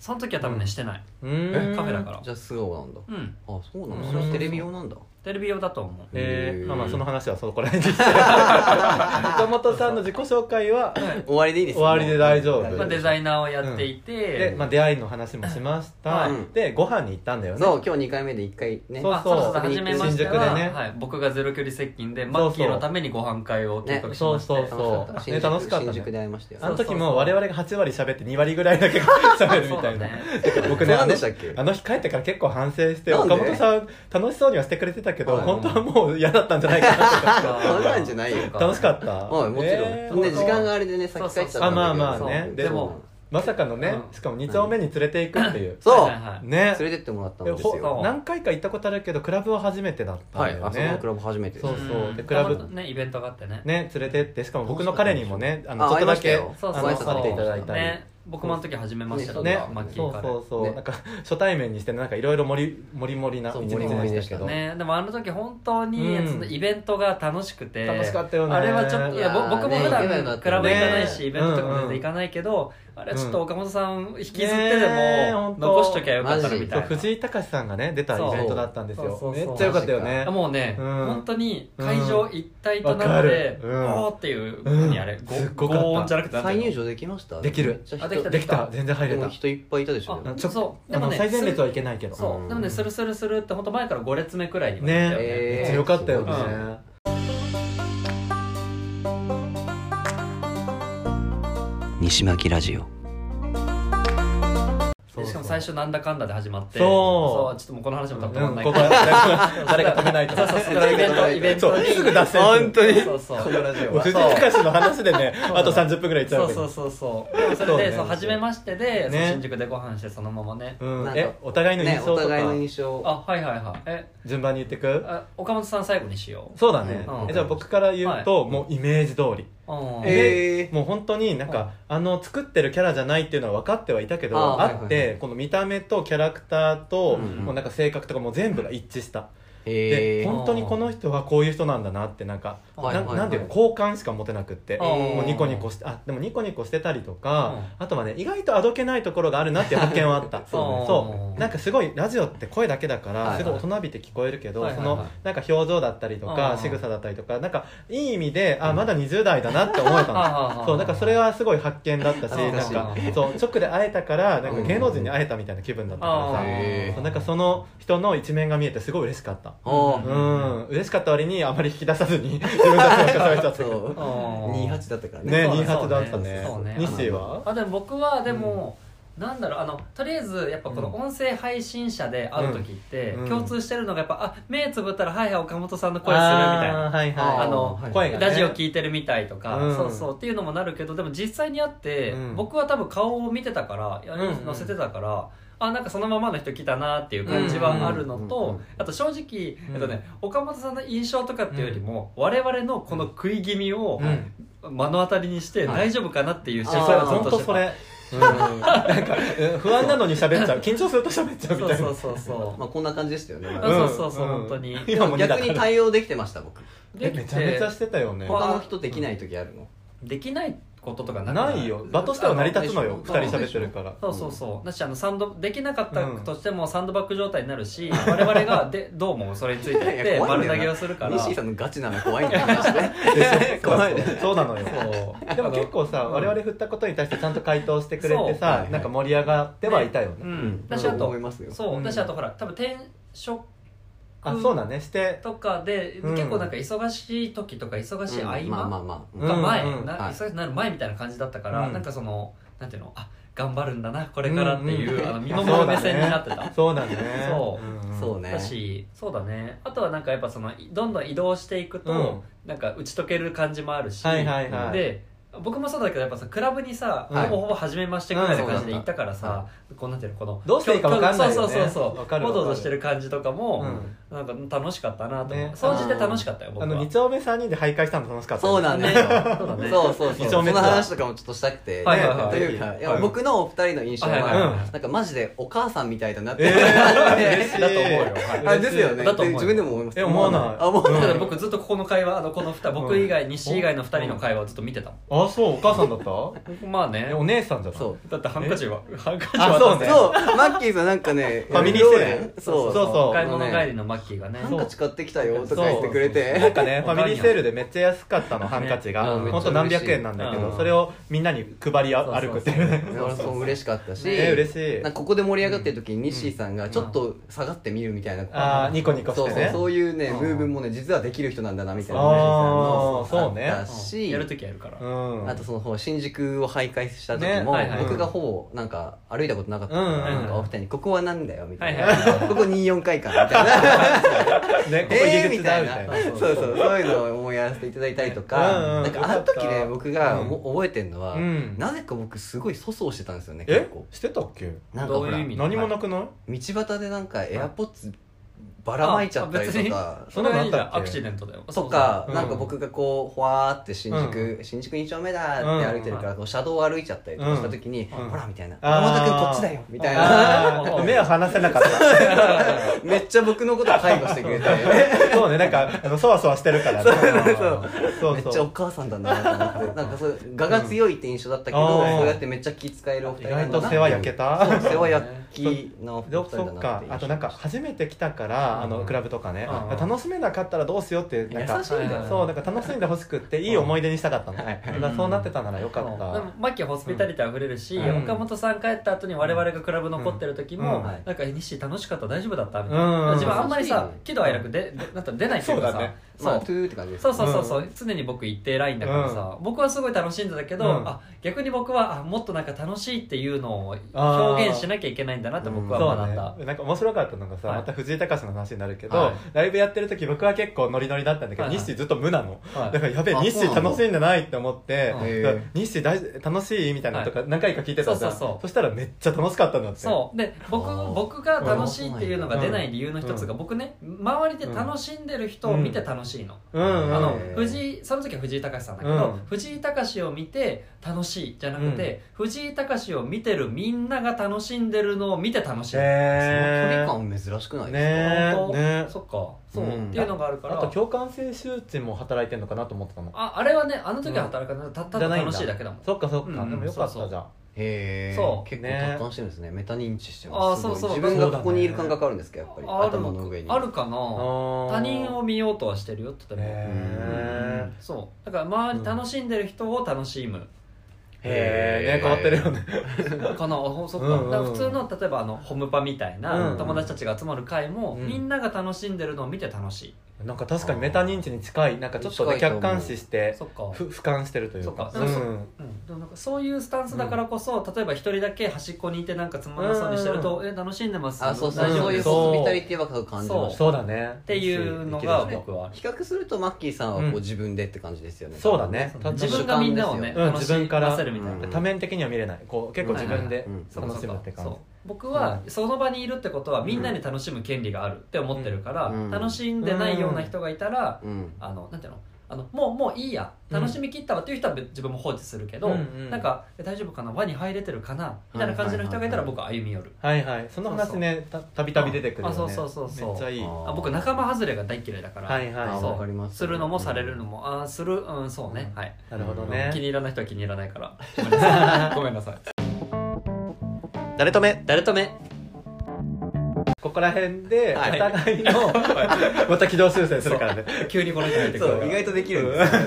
Speaker 3: その時は多分ねしてない
Speaker 1: うん
Speaker 3: カフェだから
Speaker 4: じゃあ素顔なんだ
Speaker 3: うん
Speaker 4: あそうなん
Speaker 1: う
Speaker 4: だ
Speaker 1: ん
Speaker 4: それはテレビ用なんだ
Speaker 3: テレビ用だと思う
Speaker 1: えー、
Speaker 4: へー
Speaker 1: まあまあその話はそこら辺にして
Speaker 4: *laughs*
Speaker 1: 岡本さんの自己紹介は
Speaker 4: 終わりでいいです
Speaker 1: 終わりで大丈夫
Speaker 3: まあ、デザイナーをやっていて、
Speaker 1: で、まあ、出会いの話もしました、
Speaker 4: はい
Speaker 1: でご飯に行ったんだよね
Speaker 4: そう今日2回目で1回ね
Speaker 1: そう
Speaker 3: あそうそうそう
Speaker 4: そう
Speaker 3: 初めまして
Speaker 1: 新宿
Speaker 3: は、
Speaker 1: でね
Speaker 3: はい、僕がゼロ距離接近で
Speaker 1: うそう
Speaker 3: マッキーのためにご飯会を計画しまして、
Speaker 1: ねそうそう
Speaker 4: 楽しかった
Speaker 1: ね楽しかったね
Speaker 4: 新宿で会いましたよ
Speaker 1: あの
Speaker 3: そ
Speaker 1: 時
Speaker 3: うそうそ
Speaker 1: も
Speaker 3: う
Speaker 1: 我々が8割喋って2割ぐらいだけ喋 *laughs* るみたいな、
Speaker 3: そうだね
Speaker 1: 僕ね
Speaker 4: そ
Speaker 1: あ
Speaker 4: う
Speaker 1: の
Speaker 4: でしたっけ
Speaker 1: あの日帰ってから結構反省して
Speaker 4: なんで
Speaker 1: 岡本さん楽しそうにはしてくれてたけど
Speaker 4: はい
Speaker 1: 本当はもう嫌だったんじゃないかなとか
Speaker 4: *laughs* *laughs* そんなんじゃないよ
Speaker 3: そう
Speaker 1: 楽しかった
Speaker 4: はいもちろん、
Speaker 1: えー
Speaker 4: そんで時間があれでね先帰っちゃったんだけど
Speaker 1: あまあまあね
Speaker 4: そう
Speaker 1: で
Speaker 4: で
Speaker 1: も
Speaker 4: も
Speaker 1: まさかのね、
Speaker 3: うん
Speaker 1: しかも2丁目に連れていくっていう、
Speaker 4: そ
Speaker 3: はい
Speaker 4: う、
Speaker 3: はいはい
Speaker 1: ね
Speaker 4: 連れてってもらったん
Speaker 1: え
Speaker 4: ですよ
Speaker 1: ほ何回か行ったことあるけどクラブは初めてだった
Speaker 4: は
Speaker 1: んだ
Speaker 4: い
Speaker 1: よ
Speaker 4: あそ
Speaker 1: ね、
Speaker 4: このクラブ初めてです
Speaker 1: そうそうんでクラブ
Speaker 3: たまたねイベントがあってね
Speaker 1: ね連れてってしかも僕の
Speaker 4: 楽しかっ
Speaker 1: 彼
Speaker 4: たで
Speaker 1: に
Speaker 4: しょ
Speaker 1: もねあ
Speaker 4: あ
Speaker 1: のちょっとだけ
Speaker 4: 会
Speaker 1: あ
Speaker 4: いましたよ
Speaker 1: の
Speaker 4: そうそうそう
Speaker 1: 会っていただいたり
Speaker 3: ね僕もあの時初めましてだった、
Speaker 1: ね
Speaker 3: マッキ
Speaker 1: そ
Speaker 3: ー
Speaker 1: う
Speaker 3: から
Speaker 1: そうそう、
Speaker 4: ね
Speaker 1: なんか初対面にしてなんかいろいろもりもりもりな
Speaker 4: そ
Speaker 1: 一日
Speaker 4: う盛り盛り
Speaker 1: で
Speaker 4: で
Speaker 1: し
Speaker 4: したた
Speaker 1: けど、
Speaker 4: けど
Speaker 3: ね、でもあの時本当に、
Speaker 1: うん
Speaker 3: そのイベントが楽しくて
Speaker 1: 楽しかったよね
Speaker 3: あれはちょっといやぼ僕も普
Speaker 4: いやーね行けばよかっ
Speaker 3: 段
Speaker 4: た
Speaker 3: クラブ行かないし、
Speaker 1: ね
Speaker 3: イベントとかも
Speaker 1: うん
Speaker 3: 全
Speaker 1: うん
Speaker 3: 然行かないけど、あれはちょっと岡本さん引きずって
Speaker 1: ね
Speaker 3: で
Speaker 1: え
Speaker 3: も
Speaker 1: 本当
Speaker 3: 残ししときゃよかったのみた
Speaker 1: そう
Speaker 3: いな
Speaker 1: 藤井隆さんがね出たイベントだったんです
Speaker 3: そ
Speaker 1: よ
Speaker 3: うそう
Speaker 1: め
Speaker 3: そう
Speaker 1: っちゃ良かったよね
Speaker 3: もうね、
Speaker 1: うん
Speaker 3: 本当に会場一体とな
Speaker 1: うんわか
Speaker 3: って、
Speaker 1: るうん
Speaker 3: おーっていう、
Speaker 1: うん
Speaker 3: 何あれご
Speaker 1: すっごかった
Speaker 3: ご音じゃなくてなんて
Speaker 4: 再
Speaker 3: いうの
Speaker 4: 入場できました
Speaker 1: できる
Speaker 4: めっちゃ人
Speaker 3: あできた
Speaker 1: できた全然入
Speaker 4: で
Speaker 1: れ
Speaker 4: も
Speaker 1: た
Speaker 4: 人いっぱいいたでしょ
Speaker 3: あ
Speaker 4: でも
Speaker 1: ちょ
Speaker 3: そう
Speaker 1: あ
Speaker 3: でも
Speaker 1: の
Speaker 3: ね
Speaker 1: 最前列はいけないけど
Speaker 3: そううんでもねスルスルスルって本当前から5列目くらいには行っ
Speaker 1: ね
Speaker 3: たよね
Speaker 4: えー
Speaker 1: めっちゃ良かったよね、
Speaker 4: 西巻ラジオ
Speaker 1: そうそう
Speaker 3: でしかも最初なんだかんだで始まって
Speaker 1: そう
Speaker 3: そうちょっともうこの話も多分止ま
Speaker 1: うんん
Speaker 3: ない
Speaker 1: ここ
Speaker 3: から、
Speaker 1: は誰か止めないと
Speaker 3: そうそうそうイベントイベントに
Speaker 1: そうすぐ出せる
Speaker 3: 本当にそうそう
Speaker 4: このラジオ
Speaker 1: もう
Speaker 4: は
Speaker 1: 藤井隆の話でね
Speaker 3: そう
Speaker 1: あと30分ぐらいいっちゃう
Speaker 3: そ
Speaker 1: わ
Speaker 3: う
Speaker 1: け
Speaker 3: そううそうそうでもそれ
Speaker 1: そう
Speaker 3: で
Speaker 1: ね
Speaker 3: そう初めまして
Speaker 1: ね
Speaker 3: で、そう新宿でご飯してそのままね
Speaker 1: う
Speaker 4: なんんか
Speaker 1: えお互いの印
Speaker 4: ね
Speaker 1: 象と
Speaker 4: お
Speaker 1: か
Speaker 4: 互いの印象
Speaker 3: あはいはいはいえ
Speaker 1: 順番に言ってく
Speaker 3: あ岡本さん最後にしよ
Speaker 1: そうだね
Speaker 3: うん
Speaker 1: えじゃあ僕から言うともうイメージ通り
Speaker 3: う、うん
Speaker 1: え
Speaker 4: えー
Speaker 1: もう本当になんか、あの作ってるキャラじゃないっていうのは分かってはいたけどあ,、
Speaker 4: あー
Speaker 1: って、
Speaker 4: はいはいは
Speaker 1: この見た目とキャラクターと、
Speaker 4: うんうん
Speaker 1: もうなんか性格とかもう全部が一致した、で
Speaker 4: へー
Speaker 1: 本当にこの人はこういう人なんだなってなんか、
Speaker 4: はいはいはい
Speaker 1: ななんていうの好感しか持てなくって、
Speaker 3: あー
Speaker 1: もうニコニコしてあでもニコニコしてたりとか、あとはね意外とあどけないところがあるなっていう発見はあった
Speaker 3: *laughs* そうね
Speaker 1: そうなんかすごいラジオって声だけだか
Speaker 3: はいは
Speaker 1: ら
Speaker 3: い
Speaker 1: すごい大人びて聞こえるけど、
Speaker 3: はいはいはい
Speaker 1: そのなんか表情だったりと
Speaker 3: う
Speaker 1: か
Speaker 3: ん
Speaker 1: 仕草だったりとかなんかいい意味であまだ20代だなって思えた
Speaker 3: *laughs*
Speaker 1: の。そうなんかそれ
Speaker 3: は
Speaker 1: はすごい発見だったし
Speaker 3: あ
Speaker 1: な
Speaker 3: ー
Speaker 1: んか
Speaker 3: 確かに
Speaker 1: そう直で会えたからなんか
Speaker 4: うん
Speaker 1: 芸能人に会えたみたいな気分だったから
Speaker 4: あ
Speaker 1: さ
Speaker 4: へー
Speaker 1: そうなんかその人の一面が見えてすごい嬉しかった
Speaker 4: あ
Speaker 1: う
Speaker 4: あ
Speaker 1: ん嬉しかった割にあまり引き出さずに *laughs* 自分たちばっか喋っちゃっ
Speaker 3: *laughs*
Speaker 1: たけど
Speaker 4: そう28だったから
Speaker 1: ね
Speaker 4: ね
Speaker 3: そうだ
Speaker 1: 28だった
Speaker 3: そう
Speaker 1: ね
Speaker 3: ね
Speaker 1: 日誌は
Speaker 3: あでも僕はでも、なんだろうあのとりあえずやっぱこの音声配信者で会う時って、
Speaker 1: うん
Speaker 3: 共通してるのがやっぱあ目つぶったら「はいはい岡本さんの
Speaker 1: あ
Speaker 3: 声する」みたい
Speaker 1: ー
Speaker 3: な
Speaker 1: はい
Speaker 4: あ
Speaker 1: はいあ
Speaker 4: ー
Speaker 1: の
Speaker 4: はい
Speaker 1: 声がね
Speaker 3: ラジオ聞いてるみたいとか、
Speaker 1: うん
Speaker 3: そうそうっていうのもなるけどでも実際に会って、
Speaker 1: うん
Speaker 3: 僕は多分顔を見てたからいや
Speaker 1: うん
Speaker 3: 載せてたから、あなんかそのままの人来たなっていう感じはあるのと、
Speaker 4: うんうんうんうん
Speaker 3: あと正直、
Speaker 1: うん
Speaker 3: えっとね、岡本さんの印象とかっていうよりも、我々のこの食い気味を
Speaker 1: うん
Speaker 3: 目の当たりにして
Speaker 4: はい
Speaker 3: 大丈夫かなっていう
Speaker 1: そう
Speaker 3: 心
Speaker 1: そ
Speaker 3: 配
Speaker 1: れ
Speaker 3: はず
Speaker 1: 本
Speaker 3: っと
Speaker 1: 当
Speaker 3: して
Speaker 1: そ
Speaker 3: た。
Speaker 1: れうんなんかうん不安なのに喋っちゃう緊張すると喋っちゃうみ
Speaker 3: そう
Speaker 1: たい
Speaker 3: そ
Speaker 1: な
Speaker 3: うそうそう
Speaker 4: まあこんな感じでしたよね
Speaker 3: あ
Speaker 1: ん
Speaker 3: そうそうそう
Speaker 1: うん
Speaker 3: 本当に
Speaker 1: 今もね
Speaker 4: 逆に対応できてました僕
Speaker 1: *laughs* えめちゃめちゃしてたよね
Speaker 3: わ
Speaker 4: 他の人できない時あるの
Speaker 3: できないこととかく
Speaker 1: ないよ場としては成り立つのよ
Speaker 4: あ
Speaker 1: 2人喋ってるから
Speaker 3: そうそうそうだしあのサンドできなかったとしてもサンドバッグ状態になるし、我々がでどうもそれにつ
Speaker 1: *laughs*
Speaker 3: いてっ
Speaker 4: い
Speaker 3: て
Speaker 4: や怖いん
Speaker 3: 丸
Speaker 4: だよな
Speaker 3: 投げをするから
Speaker 4: 西井さんのガチなの怖いんだよね
Speaker 1: でしょ
Speaker 4: 怖い
Speaker 1: そうそうなのよ
Speaker 3: そう
Speaker 1: でも結構さ
Speaker 3: うん
Speaker 1: 我々振ったことに対してちゃんと回答してくれて
Speaker 4: そうはい
Speaker 1: さ
Speaker 4: はい
Speaker 1: なんか盛り上がってはいたよ
Speaker 3: う
Speaker 1: ね
Speaker 3: ん、だしあ
Speaker 4: 私だと
Speaker 3: と
Speaker 4: 思いますよ
Speaker 3: そううんだしあとほら多分転職
Speaker 1: あそうだねして
Speaker 3: とかで、
Speaker 1: うん
Speaker 3: 結構なんか忙しい時とか忙しい合間、
Speaker 4: うんまあまあまあ
Speaker 1: うん
Speaker 3: が前、
Speaker 1: うん
Speaker 3: な
Speaker 4: はい
Speaker 3: 忙しくなる前みたいな感じだったから、
Speaker 1: うん
Speaker 3: なんかそのなんていうのあ頑張るんだなこれからっていう、
Speaker 1: うんうん
Speaker 3: あの見守る目線になってた。
Speaker 1: *laughs* そうだね
Speaker 3: そう
Speaker 1: うん
Speaker 4: そうね
Speaker 3: だしそうだねあとはなんかやっぱそのいどんどん移動していくと、なんか打ち解ける感じもあるし、
Speaker 1: はいはいはい
Speaker 3: で僕もそうだけどやっぱさクラブにさ、
Speaker 1: はい
Speaker 3: ほぼほぼ初めましてぐらいの感じで行ったからさ、こうなんていうのこの
Speaker 1: どうしていいか分かんないよね
Speaker 3: そうそうそうそ
Speaker 1: 分かる分
Speaker 3: う
Speaker 1: かる
Speaker 3: おどおどしてる感じとか
Speaker 1: う
Speaker 3: も、
Speaker 1: ん
Speaker 3: なんか楽しかったなと思う
Speaker 1: ね
Speaker 3: 掃除で楽しかったよ僕
Speaker 1: あ
Speaker 3: は
Speaker 1: の二丁目三人で徘徊したの楽しかったよ
Speaker 4: そうなんですよ
Speaker 3: そうだね
Speaker 4: そうそうそう
Speaker 1: 一
Speaker 4: そ
Speaker 1: 丁目
Speaker 4: の話とかもちょっとしたくて
Speaker 3: はいはいはい
Speaker 4: というかい
Speaker 1: は
Speaker 4: や
Speaker 1: い
Speaker 4: 僕のお二人の印象
Speaker 3: はいはい
Speaker 1: はい
Speaker 4: はなんかマジでお母さんみたいだなっ
Speaker 1: え
Speaker 4: て
Speaker 1: ー嬉しい
Speaker 3: だと思うよ
Speaker 4: あですよね
Speaker 3: だと思うよ
Speaker 4: 自分でも思います
Speaker 1: え思わない
Speaker 4: あ思わ
Speaker 3: た
Speaker 4: な
Speaker 3: だ
Speaker 4: い
Speaker 3: 僕ずっとここの会話あのこの2僕以外西以外の2人の会話をずっと見てたもん、
Speaker 1: あそうお母さんだった
Speaker 3: まあね
Speaker 1: えお姉さんじゃない
Speaker 4: そう
Speaker 3: だってハンカチはハンカチ
Speaker 1: あ
Speaker 3: は
Speaker 1: そうね
Speaker 4: そうマッキーさんなんかね
Speaker 1: ファミリーセレン
Speaker 4: そう
Speaker 1: そうそう
Speaker 3: 買い物帰りのマッキーがね
Speaker 4: ハンカチ買ってきたよとか言ってくれ
Speaker 1: そうなん
Speaker 4: て
Speaker 1: かねファミリーセールでめっちゃ安かったのハンカチが
Speaker 3: ねうん
Speaker 1: ほんと何百円なんだけ
Speaker 3: う
Speaker 1: ど
Speaker 3: ん
Speaker 1: それをみんなに配りあ
Speaker 3: そうそうそう
Speaker 1: 歩くっていうね
Speaker 3: そう
Speaker 4: 俺も嬉しかったし
Speaker 1: え嬉しい
Speaker 4: なんかここで盛り上がってる時に西井さんがちょっと下がってみるみたいな
Speaker 1: あーニコニコし
Speaker 4: そう
Speaker 1: て
Speaker 4: そう
Speaker 1: ね
Speaker 4: そういうね
Speaker 3: うん
Speaker 4: ムーブもね実はできる人なんだなみたいな
Speaker 1: あー
Speaker 4: の
Speaker 1: そうね
Speaker 4: あった
Speaker 3: うん
Speaker 4: し
Speaker 3: やる時やるから、
Speaker 1: うん
Speaker 4: あとそのほう新宿を徘徊した時
Speaker 1: ね
Speaker 4: も
Speaker 3: はいはい
Speaker 4: 僕がほぼなんか歩いたことなかったか
Speaker 1: うん
Speaker 4: らなんかお二人に「ここはなんだよ」みたい
Speaker 3: はいはい
Speaker 4: な「ここ24階か」みたい
Speaker 1: *laughs*
Speaker 4: な
Speaker 1: ね
Speaker 4: 「
Speaker 1: ここ入
Speaker 4: え
Speaker 1: り
Speaker 4: ー」み
Speaker 1: 口だ
Speaker 4: た
Speaker 1: み
Speaker 4: い
Speaker 1: たいな
Speaker 4: なそうそうそういうのを思いやらせていただいたりと
Speaker 1: うんう
Speaker 4: か
Speaker 1: ん
Speaker 4: なんかあの時
Speaker 1: よかっ
Speaker 4: ね
Speaker 1: た
Speaker 4: 僕がおも覚えてるのは
Speaker 1: うん
Speaker 4: なぜか僕すごい粗相してたんですよね結
Speaker 1: え
Speaker 4: 構
Speaker 1: してたっけ
Speaker 4: なんかほ
Speaker 3: どう
Speaker 4: ら
Speaker 3: いう意味
Speaker 1: 何もなくない
Speaker 4: 道端でなんかエアポッツばらまいちゃったりとか
Speaker 3: それはいい
Speaker 1: そんなのあったっ
Speaker 3: な
Speaker 1: け
Speaker 3: アクシデントだよ
Speaker 4: とか、
Speaker 1: うん
Speaker 4: なんか僕がこう、ほわーって新宿、新宿2丁目だーって歩いてるから、こう、車道を歩いちゃったりとかした時に、
Speaker 1: うん
Speaker 4: ほら、みたいな。
Speaker 1: あー
Speaker 4: 山田君こっちだよみたいな。
Speaker 3: あー
Speaker 1: 目を離せなかった。
Speaker 4: *laughs* めっちゃ僕のこと介護してくれて、
Speaker 1: *laughs* そうね、なんか、あの、そわそわしてるからね。そう
Speaker 4: めっち
Speaker 1: そ
Speaker 4: ゃ
Speaker 1: う
Speaker 4: お。母さんだなと思って、なんかそう、我が強いって印象だったけど、
Speaker 1: うんあー
Speaker 4: そうやってめっちゃ気遣えるお二
Speaker 1: 意
Speaker 4: 人な
Speaker 1: 外
Speaker 4: んだ
Speaker 1: と
Speaker 4: な。
Speaker 1: 世話焼けた。
Speaker 4: 世話焼きの
Speaker 1: で
Speaker 4: お二
Speaker 1: そ
Speaker 4: 人だ
Speaker 1: っ
Speaker 4: なっ
Speaker 1: か
Speaker 4: ていう。
Speaker 1: あとなんか初めて来たから、あのクラブとかね、
Speaker 3: うん
Speaker 1: 楽しめなかったらどうしようってなんか
Speaker 4: 優しいんだよね
Speaker 1: そうなんか楽しんでほしくっていい思い出にしたかったの、
Speaker 4: うんはい
Speaker 1: だからそうなってたならよかっ
Speaker 3: でも
Speaker 1: た、
Speaker 3: マッキーはホスピタリティ溢れるし、
Speaker 1: うん
Speaker 3: 岡本さん帰った後に我々がクラブ残ってる時も、
Speaker 1: うん
Speaker 4: うん
Speaker 3: なんか「え西楽しかった大丈夫だった?」みたい
Speaker 1: うん
Speaker 3: な、自分あんまり
Speaker 4: そう
Speaker 3: さ
Speaker 4: そう
Speaker 3: 喜怒哀楽ででなんか出ないっていうかさ
Speaker 1: そうだね
Speaker 3: そう
Speaker 4: まあ、トゥーって感じです。
Speaker 3: そうそうそうそう、常に僕一定ラインだからさ、僕はすごい楽しんでたけど、
Speaker 1: うん
Speaker 3: あ逆に僕はあもっとなんか楽しいっていうのを
Speaker 1: あー
Speaker 3: 表現しなきゃいけないんだなって僕
Speaker 1: そ
Speaker 3: は
Speaker 1: う
Speaker 3: 学んだ、
Speaker 1: ねなんか面白かったのがさ、
Speaker 3: はい
Speaker 1: また藤井隆の話になるけど、
Speaker 3: はい
Speaker 1: ライブやってる時僕は結構ノリノリだったんだけど、
Speaker 3: はいはい
Speaker 1: 日誌ずっと無なの
Speaker 3: はい
Speaker 1: だからやべえ
Speaker 4: あ
Speaker 1: 日誌
Speaker 4: そうなの
Speaker 1: 楽しんでないって思って
Speaker 3: うん
Speaker 1: 「だから日誌大楽しい?」みたいなのとか何回か聞いてたじゃん、
Speaker 3: そうそうそう
Speaker 1: したらめっちゃ楽しかったんだって
Speaker 3: そうで僕
Speaker 4: あー
Speaker 3: 僕が楽しいっていうのが出ない理由の一つが、僕ね周りで楽しんでる人を見て楽しいの、
Speaker 1: うんうん
Speaker 3: あの
Speaker 4: へー
Speaker 3: 藤井その時は藤井隆さんだけど、
Speaker 1: うん
Speaker 3: 藤井隆を見て楽しいじゃなくて、藤井隆を見てるみんなが楽しんでるのを見て楽しい、
Speaker 1: へー
Speaker 4: その距離感珍しくないですか、
Speaker 1: ね
Speaker 3: 本当
Speaker 1: ね
Speaker 3: そっかそう、
Speaker 4: うん
Speaker 3: っていうのがあるから
Speaker 1: あと共感性周知も働いてんのかなと思ってたの
Speaker 3: ああれはねあの時は働かない、たただ楽しいだけだもん
Speaker 1: そっかそっか、
Speaker 3: うん
Speaker 1: でもよかっ
Speaker 3: そうそ
Speaker 1: た
Speaker 3: う
Speaker 1: じゃん
Speaker 4: へえ
Speaker 3: そう
Speaker 4: 結構
Speaker 1: ね
Speaker 4: 達観してるんですねメタ認知してます
Speaker 3: あー
Speaker 4: すごい
Speaker 3: そうそう
Speaker 4: 自分がここにいる感覚あるんですかやっぱり
Speaker 3: ある
Speaker 4: 頭の上に
Speaker 3: あるかな他
Speaker 1: 他
Speaker 3: 人を見ようとはしてるよって言っても、
Speaker 1: へ
Speaker 3: そうだから周り楽しんでる人を楽しむ
Speaker 1: えへえね変わってるよね
Speaker 3: かなほ *laughs* そっか
Speaker 1: うんうん
Speaker 3: だから普通の例えばあのホムパみたい
Speaker 1: うんう
Speaker 3: なん友達たちが集まる会も、
Speaker 1: うん
Speaker 3: みんなが楽しんでるのを見て楽しい、
Speaker 1: なんか確かにメタ認知に近いなんかちょっとね
Speaker 4: 近いと思
Speaker 1: 客
Speaker 4: う
Speaker 1: 観視して
Speaker 3: そっか
Speaker 1: ふ俯瞰してるというか
Speaker 3: そっか
Speaker 1: うん
Speaker 3: うん、でもなんかそういうスタンスだからこそ、例えば一人だけ端っこにいてなんかつまらなそうにしてると「え楽しんでます
Speaker 4: あそうそう
Speaker 3: 大丈夫
Speaker 4: そうい
Speaker 3: で
Speaker 4: う
Speaker 3: す
Speaker 1: ん
Speaker 4: ホスピタリティは感じました
Speaker 1: そうだね
Speaker 3: っていうの
Speaker 1: う
Speaker 3: が
Speaker 1: ん
Speaker 3: 僕はある
Speaker 4: 比較するとマッキーさんはこ
Speaker 1: うん
Speaker 4: う自分でって感じですよね、
Speaker 1: そうだね
Speaker 4: 多分
Speaker 3: 自分がみんなをね、
Speaker 1: うん
Speaker 3: 楽し
Speaker 1: 自分から
Speaker 3: ませるみたいな、
Speaker 4: うん
Speaker 1: 多面的には見れないこう結構自分で
Speaker 4: うん
Speaker 3: そうか
Speaker 1: 楽
Speaker 3: そ
Speaker 1: し
Speaker 3: うか
Speaker 1: むって感
Speaker 3: そう僕はその場にいるってことはみんなに楽しむ権利があるって思ってるから、
Speaker 4: うん
Speaker 3: 楽しんでないような人がいたら、
Speaker 4: うん
Speaker 3: あのなんていうのあのもうもういいや
Speaker 1: うん
Speaker 3: 楽しみきったわっていう人は自分も放置するけど、
Speaker 1: うんうん
Speaker 3: なんかえ大丈夫かな輪に入れてるかなみたいな感じの人がいたら
Speaker 4: はいはいはい
Speaker 3: 僕は歩み寄る、
Speaker 1: はいはいその話ねたたびたび出てくるよね
Speaker 3: あそうそうそうそう
Speaker 1: めっちゃいい
Speaker 4: あ
Speaker 1: は
Speaker 3: あ僕仲間外れが大嫌いだから、
Speaker 1: い
Speaker 4: あ
Speaker 1: は
Speaker 3: そう
Speaker 4: わかります
Speaker 3: するのもされるのも、ああするうんそうね、はい
Speaker 1: いなるほど
Speaker 3: 気に
Speaker 1: ね
Speaker 3: 入らない人は気に入らないからごめんなさいごめんなさい
Speaker 1: 誰とめ
Speaker 3: 誰とめ
Speaker 1: ここら辺でお
Speaker 4: はい
Speaker 1: 互いのまた軌道修正するからね
Speaker 3: 急にこの人入ってく
Speaker 4: そ
Speaker 3: る
Speaker 4: う意外とできるんですよ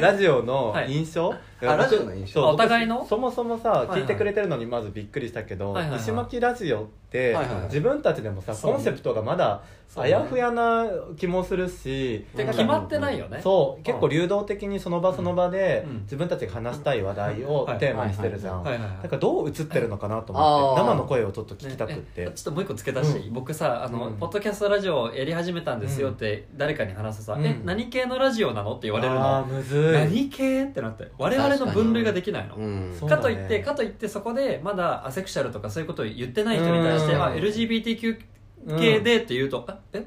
Speaker 1: ラジオの印象、
Speaker 4: あラジオの印象
Speaker 1: そう
Speaker 3: あお互いの
Speaker 1: 僕そもそもさ、
Speaker 3: いはい
Speaker 1: 聞いてくれてるのにまずびっくりしたけど、
Speaker 3: はいはいはい
Speaker 1: 石巻ラジオって、
Speaker 4: はいはいはい
Speaker 1: 自分たちでもさ
Speaker 3: そう
Speaker 1: コンセプトがまだ
Speaker 3: そう
Speaker 1: あやふやな気もするし、
Speaker 3: で
Speaker 4: うん
Speaker 3: 決まってないよね
Speaker 1: そう結構流動的にその場その場で、
Speaker 3: うん
Speaker 1: 自分たちが話したい話題を
Speaker 3: はい
Speaker 1: テーマにしてるじゃん、
Speaker 3: はいはいはい
Speaker 1: だからどう映ってるのかなと思って
Speaker 4: あー
Speaker 1: 生の声をちょっと聞きたくっ
Speaker 3: え
Speaker 1: て、
Speaker 3: ちょっともう一個付け出していい、僕さあの、
Speaker 1: うん
Speaker 3: ポッドキャストラジオやり始めたんですよって誰かに話すとさ「
Speaker 1: うん
Speaker 3: え何系のラジオなの?」って言われる
Speaker 1: あ
Speaker 3: の
Speaker 1: ーむずい
Speaker 3: 何系ってなって我々の分類ができないのか,、
Speaker 4: うん
Speaker 1: そうだね
Speaker 3: といってかといってそこでまだアセクシャルとかそういうことを言ってない人に対して「
Speaker 1: うん
Speaker 3: あ LGBTQ 系で」って言うと「あえ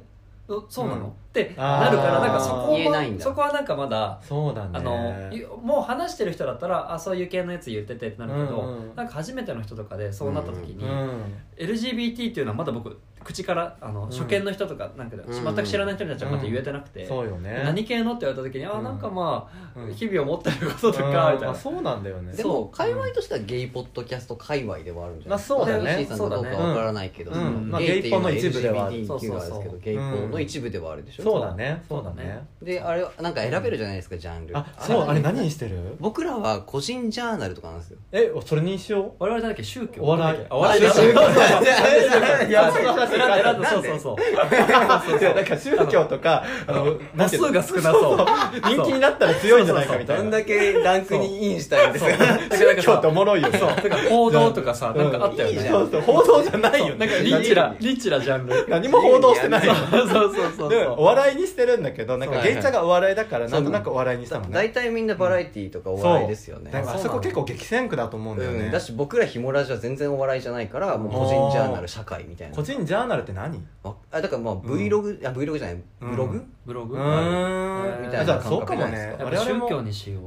Speaker 3: おそうなの?」ってなるから
Speaker 1: あー
Speaker 3: なんかそこ
Speaker 4: 言えないん
Speaker 3: は
Speaker 4: だ
Speaker 3: そこはなんかまだ
Speaker 1: そうだね
Speaker 3: あのゆもう話してる人だったらあそういう系のやつ言っててってなるけど、
Speaker 1: うんうん
Speaker 3: なんか初めての人とかでそうなった時に、
Speaker 1: うん
Speaker 3: LGBT っていうのはまだ僕口からあの、
Speaker 1: ん
Speaker 3: 初見の人とかなんかで
Speaker 4: うん
Speaker 3: 全く知らない人になっちゃうまた言えてなくて、
Speaker 1: そうよね
Speaker 3: 何系のって言われた時に、あ
Speaker 1: う
Speaker 3: ー
Speaker 1: ん
Speaker 3: なんかまあ、
Speaker 1: うん
Speaker 3: 日々思ってることとかみたい
Speaker 1: うんまあ
Speaker 3: な、
Speaker 1: そうなんだよね
Speaker 4: で
Speaker 3: そ
Speaker 4: も
Speaker 3: う
Speaker 4: 界隈としてはゲイポッドキャスト界隈ではあるんじゃないですか、
Speaker 1: まあそうだね
Speaker 4: まあ西井さんかどうかわからないけど、
Speaker 1: うんうんまあ
Speaker 4: ゲイっていうのは
Speaker 1: ゲイポの一部ではある
Speaker 4: LGBTQ
Speaker 3: そうそう
Speaker 4: があるんですけ
Speaker 3: そ
Speaker 4: ど
Speaker 3: う
Speaker 4: ゲイポの一部ではあるでしょ
Speaker 1: そうだねそうだ
Speaker 3: そうだ
Speaker 1: ね
Speaker 3: ね
Speaker 4: であれはなんか選べるじゃないですかジャンル
Speaker 1: あそうあれ何にしてる
Speaker 4: 僕らは個人ジャーナルとかなんですよ
Speaker 1: えそれにしよ
Speaker 3: 我々なんだっけ宗教
Speaker 1: お笑い
Speaker 3: あお笑いだ
Speaker 4: 宗教
Speaker 1: *laughs* ういやその話
Speaker 3: 選んで選んでそうそうそう
Speaker 1: いやなんか宗教とかあの
Speaker 3: 母数が少なそう
Speaker 1: 人気になったら強いんじゃないかみた
Speaker 4: ど
Speaker 1: い
Speaker 4: ん
Speaker 1: な
Speaker 4: だけランクにインしたいんですか
Speaker 3: そう
Speaker 1: 宗教っておもろいよね
Speaker 3: そうてか報道とかさなんかあったよ
Speaker 4: いい
Speaker 3: ね
Speaker 4: じゃ
Speaker 1: そ
Speaker 4: ん
Speaker 1: うそう報道じゃないよ
Speaker 3: なんか
Speaker 1: ね
Speaker 3: リッチなリッチなジャンル
Speaker 1: 何も報道してないよ
Speaker 3: そうそうそうそう
Speaker 1: でお笑いにしてるんだけどなん
Speaker 4: そ
Speaker 1: か
Speaker 4: うはい
Speaker 1: ゲイチャがお笑いだから
Speaker 4: そ
Speaker 1: な
Speaker 4: うん
Speaker 1: となくお笑いにしたもんね
Speaker 4: 大体みんなバラエティーとかお
Speaker 1: そ
Speaker 4: 笑
Speaker 1: う
Speaker 4: いですよね
Speaker 1: だからあそこ結構激戦区だと思うんだよ
Speaker 4: うん、
Speaker 1: ね
Speaker 4: だし僕らヒモラジは全然お笑いじゃないからもう個人ジャーナル社会みみたいな
Speaker 1: 個人ジャーナルって何
Speaker 4: わあだからまあ Vlog、あ Vlog じゃない
Speaker 1: うん
Speaker 4: ブログ、
Speaker 3: ブロ
Speaker 1: う
Speaker 3: グや
Speaker 1: ーん
Speaker 3: みたいな
Speaker 1: じゃあそうかも
Speaker 4: 感覚じゃな
Speaker 1: ね
Speaker 4: いで
Speaker 3: っ
Speaker 4: す
Speaker 3: ぱ
Speaker 1: 我々
Speaker 3: 宗
Speaker 1: も
Speaker 3: 教にしよう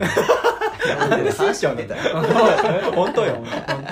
Speaker 1: なんで宗教なんだよ *laughs* 本当よ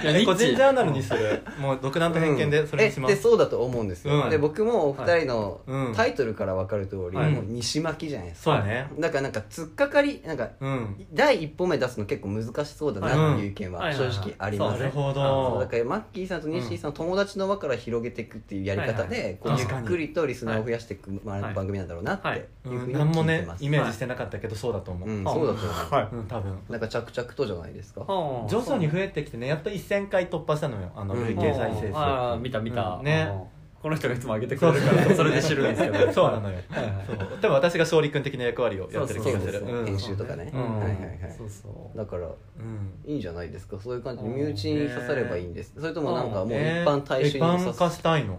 Speaker 3: いや
Speaker 1: え
Speaker 3: リッチ
Speaker 1: 個人ジャーナルにするもう独断と偏見でそれにしま
Speaker 4: えですそうだと思うんですよ、
Speaker 1: うん
Speaker 4: で僕もお二人の
Speaker 1: うん
Speaker 4: タイトルから分かる通り、
Speaker 1: はい
Speaker 4: もう西巻きじゃないですか、
Speaker 1: そうね
Speaker 4: だからなんか突っかかりなんか
Speaker 1: うん
Speaker 4: 第一歩目出すの結構難しそうだなっていう意見は正直ありま
Speaker 1: はい
Speaker 4: す、
Speaker 1: なるほど
Speaker 4: そうだからマッキーさんと西井さんの友達の輪から広げていくっていうやり方
Speaker 3: はい
Speaker 4: でこう
Speaker 1: はい
Speaker 4: ゆっ
Speaker 1: 確かに
Speaker 4: くりとリスナーを増やしていくまあ
Speaker 3: はい
Speaker 4: 番組なんだろうなって
Speaker 3: はい
Speaker 4: いうふ
Speaker 1: う
Speaker 4: うんに
Speaker 1: 何も
Speaker 4: 聞いて
Speaker 1: ね
Speaker 4: ます、
Speaker 1: イメージしてなかったけどそうだと思う
Speaker 4: うん、
Speaker 1: う
Speaker 4: そうだと思う、
Speaker 3: はい
Speaker 1: ん多分
Speaker 4: なんか着々とじゃないですか、
Speaker 1: 徐々に増
Speaker 3: え
Speaker 1: えてきてねやっと1000回突破したのよあの
Speaker 4: うん
Speaker 1: 累計再生
Speaker 3: ああ
Speaker 1: 数
Speaker 3: 見た見た
Speaker 1: うんね
Speaker 3: うんこの人がいつも上げてくれるからそれで知るんですけ
Speaker 1: *laughs*
Speaker 3: ど
Speaker 1: そうなのよ
Speaker 3: はいはい
Speaker 1: そう多分私が勝利君的な役割をやってる気
Speaker 4: そう
Speaker 1: が
Speaker 4: ですす
Speaker 1: る
Speaker 4: ね、
Speaker 1: うん
Speaker 4: 編集とかね、
Speaker 1: うん
Speaker 4: はいはいはい
Speaker 3: そうそう
Speaker 4: だから
Speaker 1: うん
Speaker 4: いいんじゃないですかそういう感じで
Speaker 3: うん
Speaker 4: 身内に刺さればいいんです、それともなんかもう一
Speaker 1: ね
Speaker 4: 般大衆に
Speaker 1: 一般
Speaker 4: 刺
Speaker 1: 化
Speaker 4: さ
Speaker 1: したいの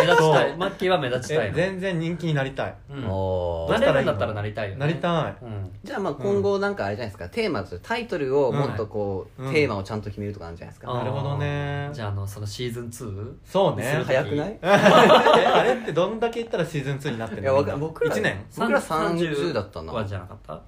Speaker 3: 目立ちたいマッキーは目立ちたい
Speaker 1: え
Speaker 3: の
Speaker 1: 全然人気になりたい
Speaker 3: うん
Speaker 4: お
Speaker 1: どう
Speaker 4: ー
Speaker 1: し
Speaker 3: な
Speaker 1: た
Speaker 3: れ
Speaker 1: らい
Speaker 3: る
Speaker 1: い
Speaker 3: ん
Speaker 1: の
Speaker 3: だったらなりたいよね
Speaker 1: なりたい
Speaker 3: うん
Speaker 4: じゃあまあ今後なんかあれじゃないですか、テーマとタイトルをもっとこう、
Speaker 1: うん
Speaker 4: テーマをちゃんと決めるとかあるんじゃないです
Speaker 3: あ
Speaker 4: か、
Speaker 1: なるほどね
Speaker 3: じゃああのそのシーズン 2?
Speaker 1: そうね
Speaker 3: ん
Speaker 4: 早くない
Speaker 1: *laughs* えあれってどんだけいったらシーズン2になってる
Speaker 4: い
Speaker 1: の
Speaker 4: やわか僕ら
Speaker 1: 1年
Speaker 4: 僕ら30だったな
Speaker 3: はじゃなかった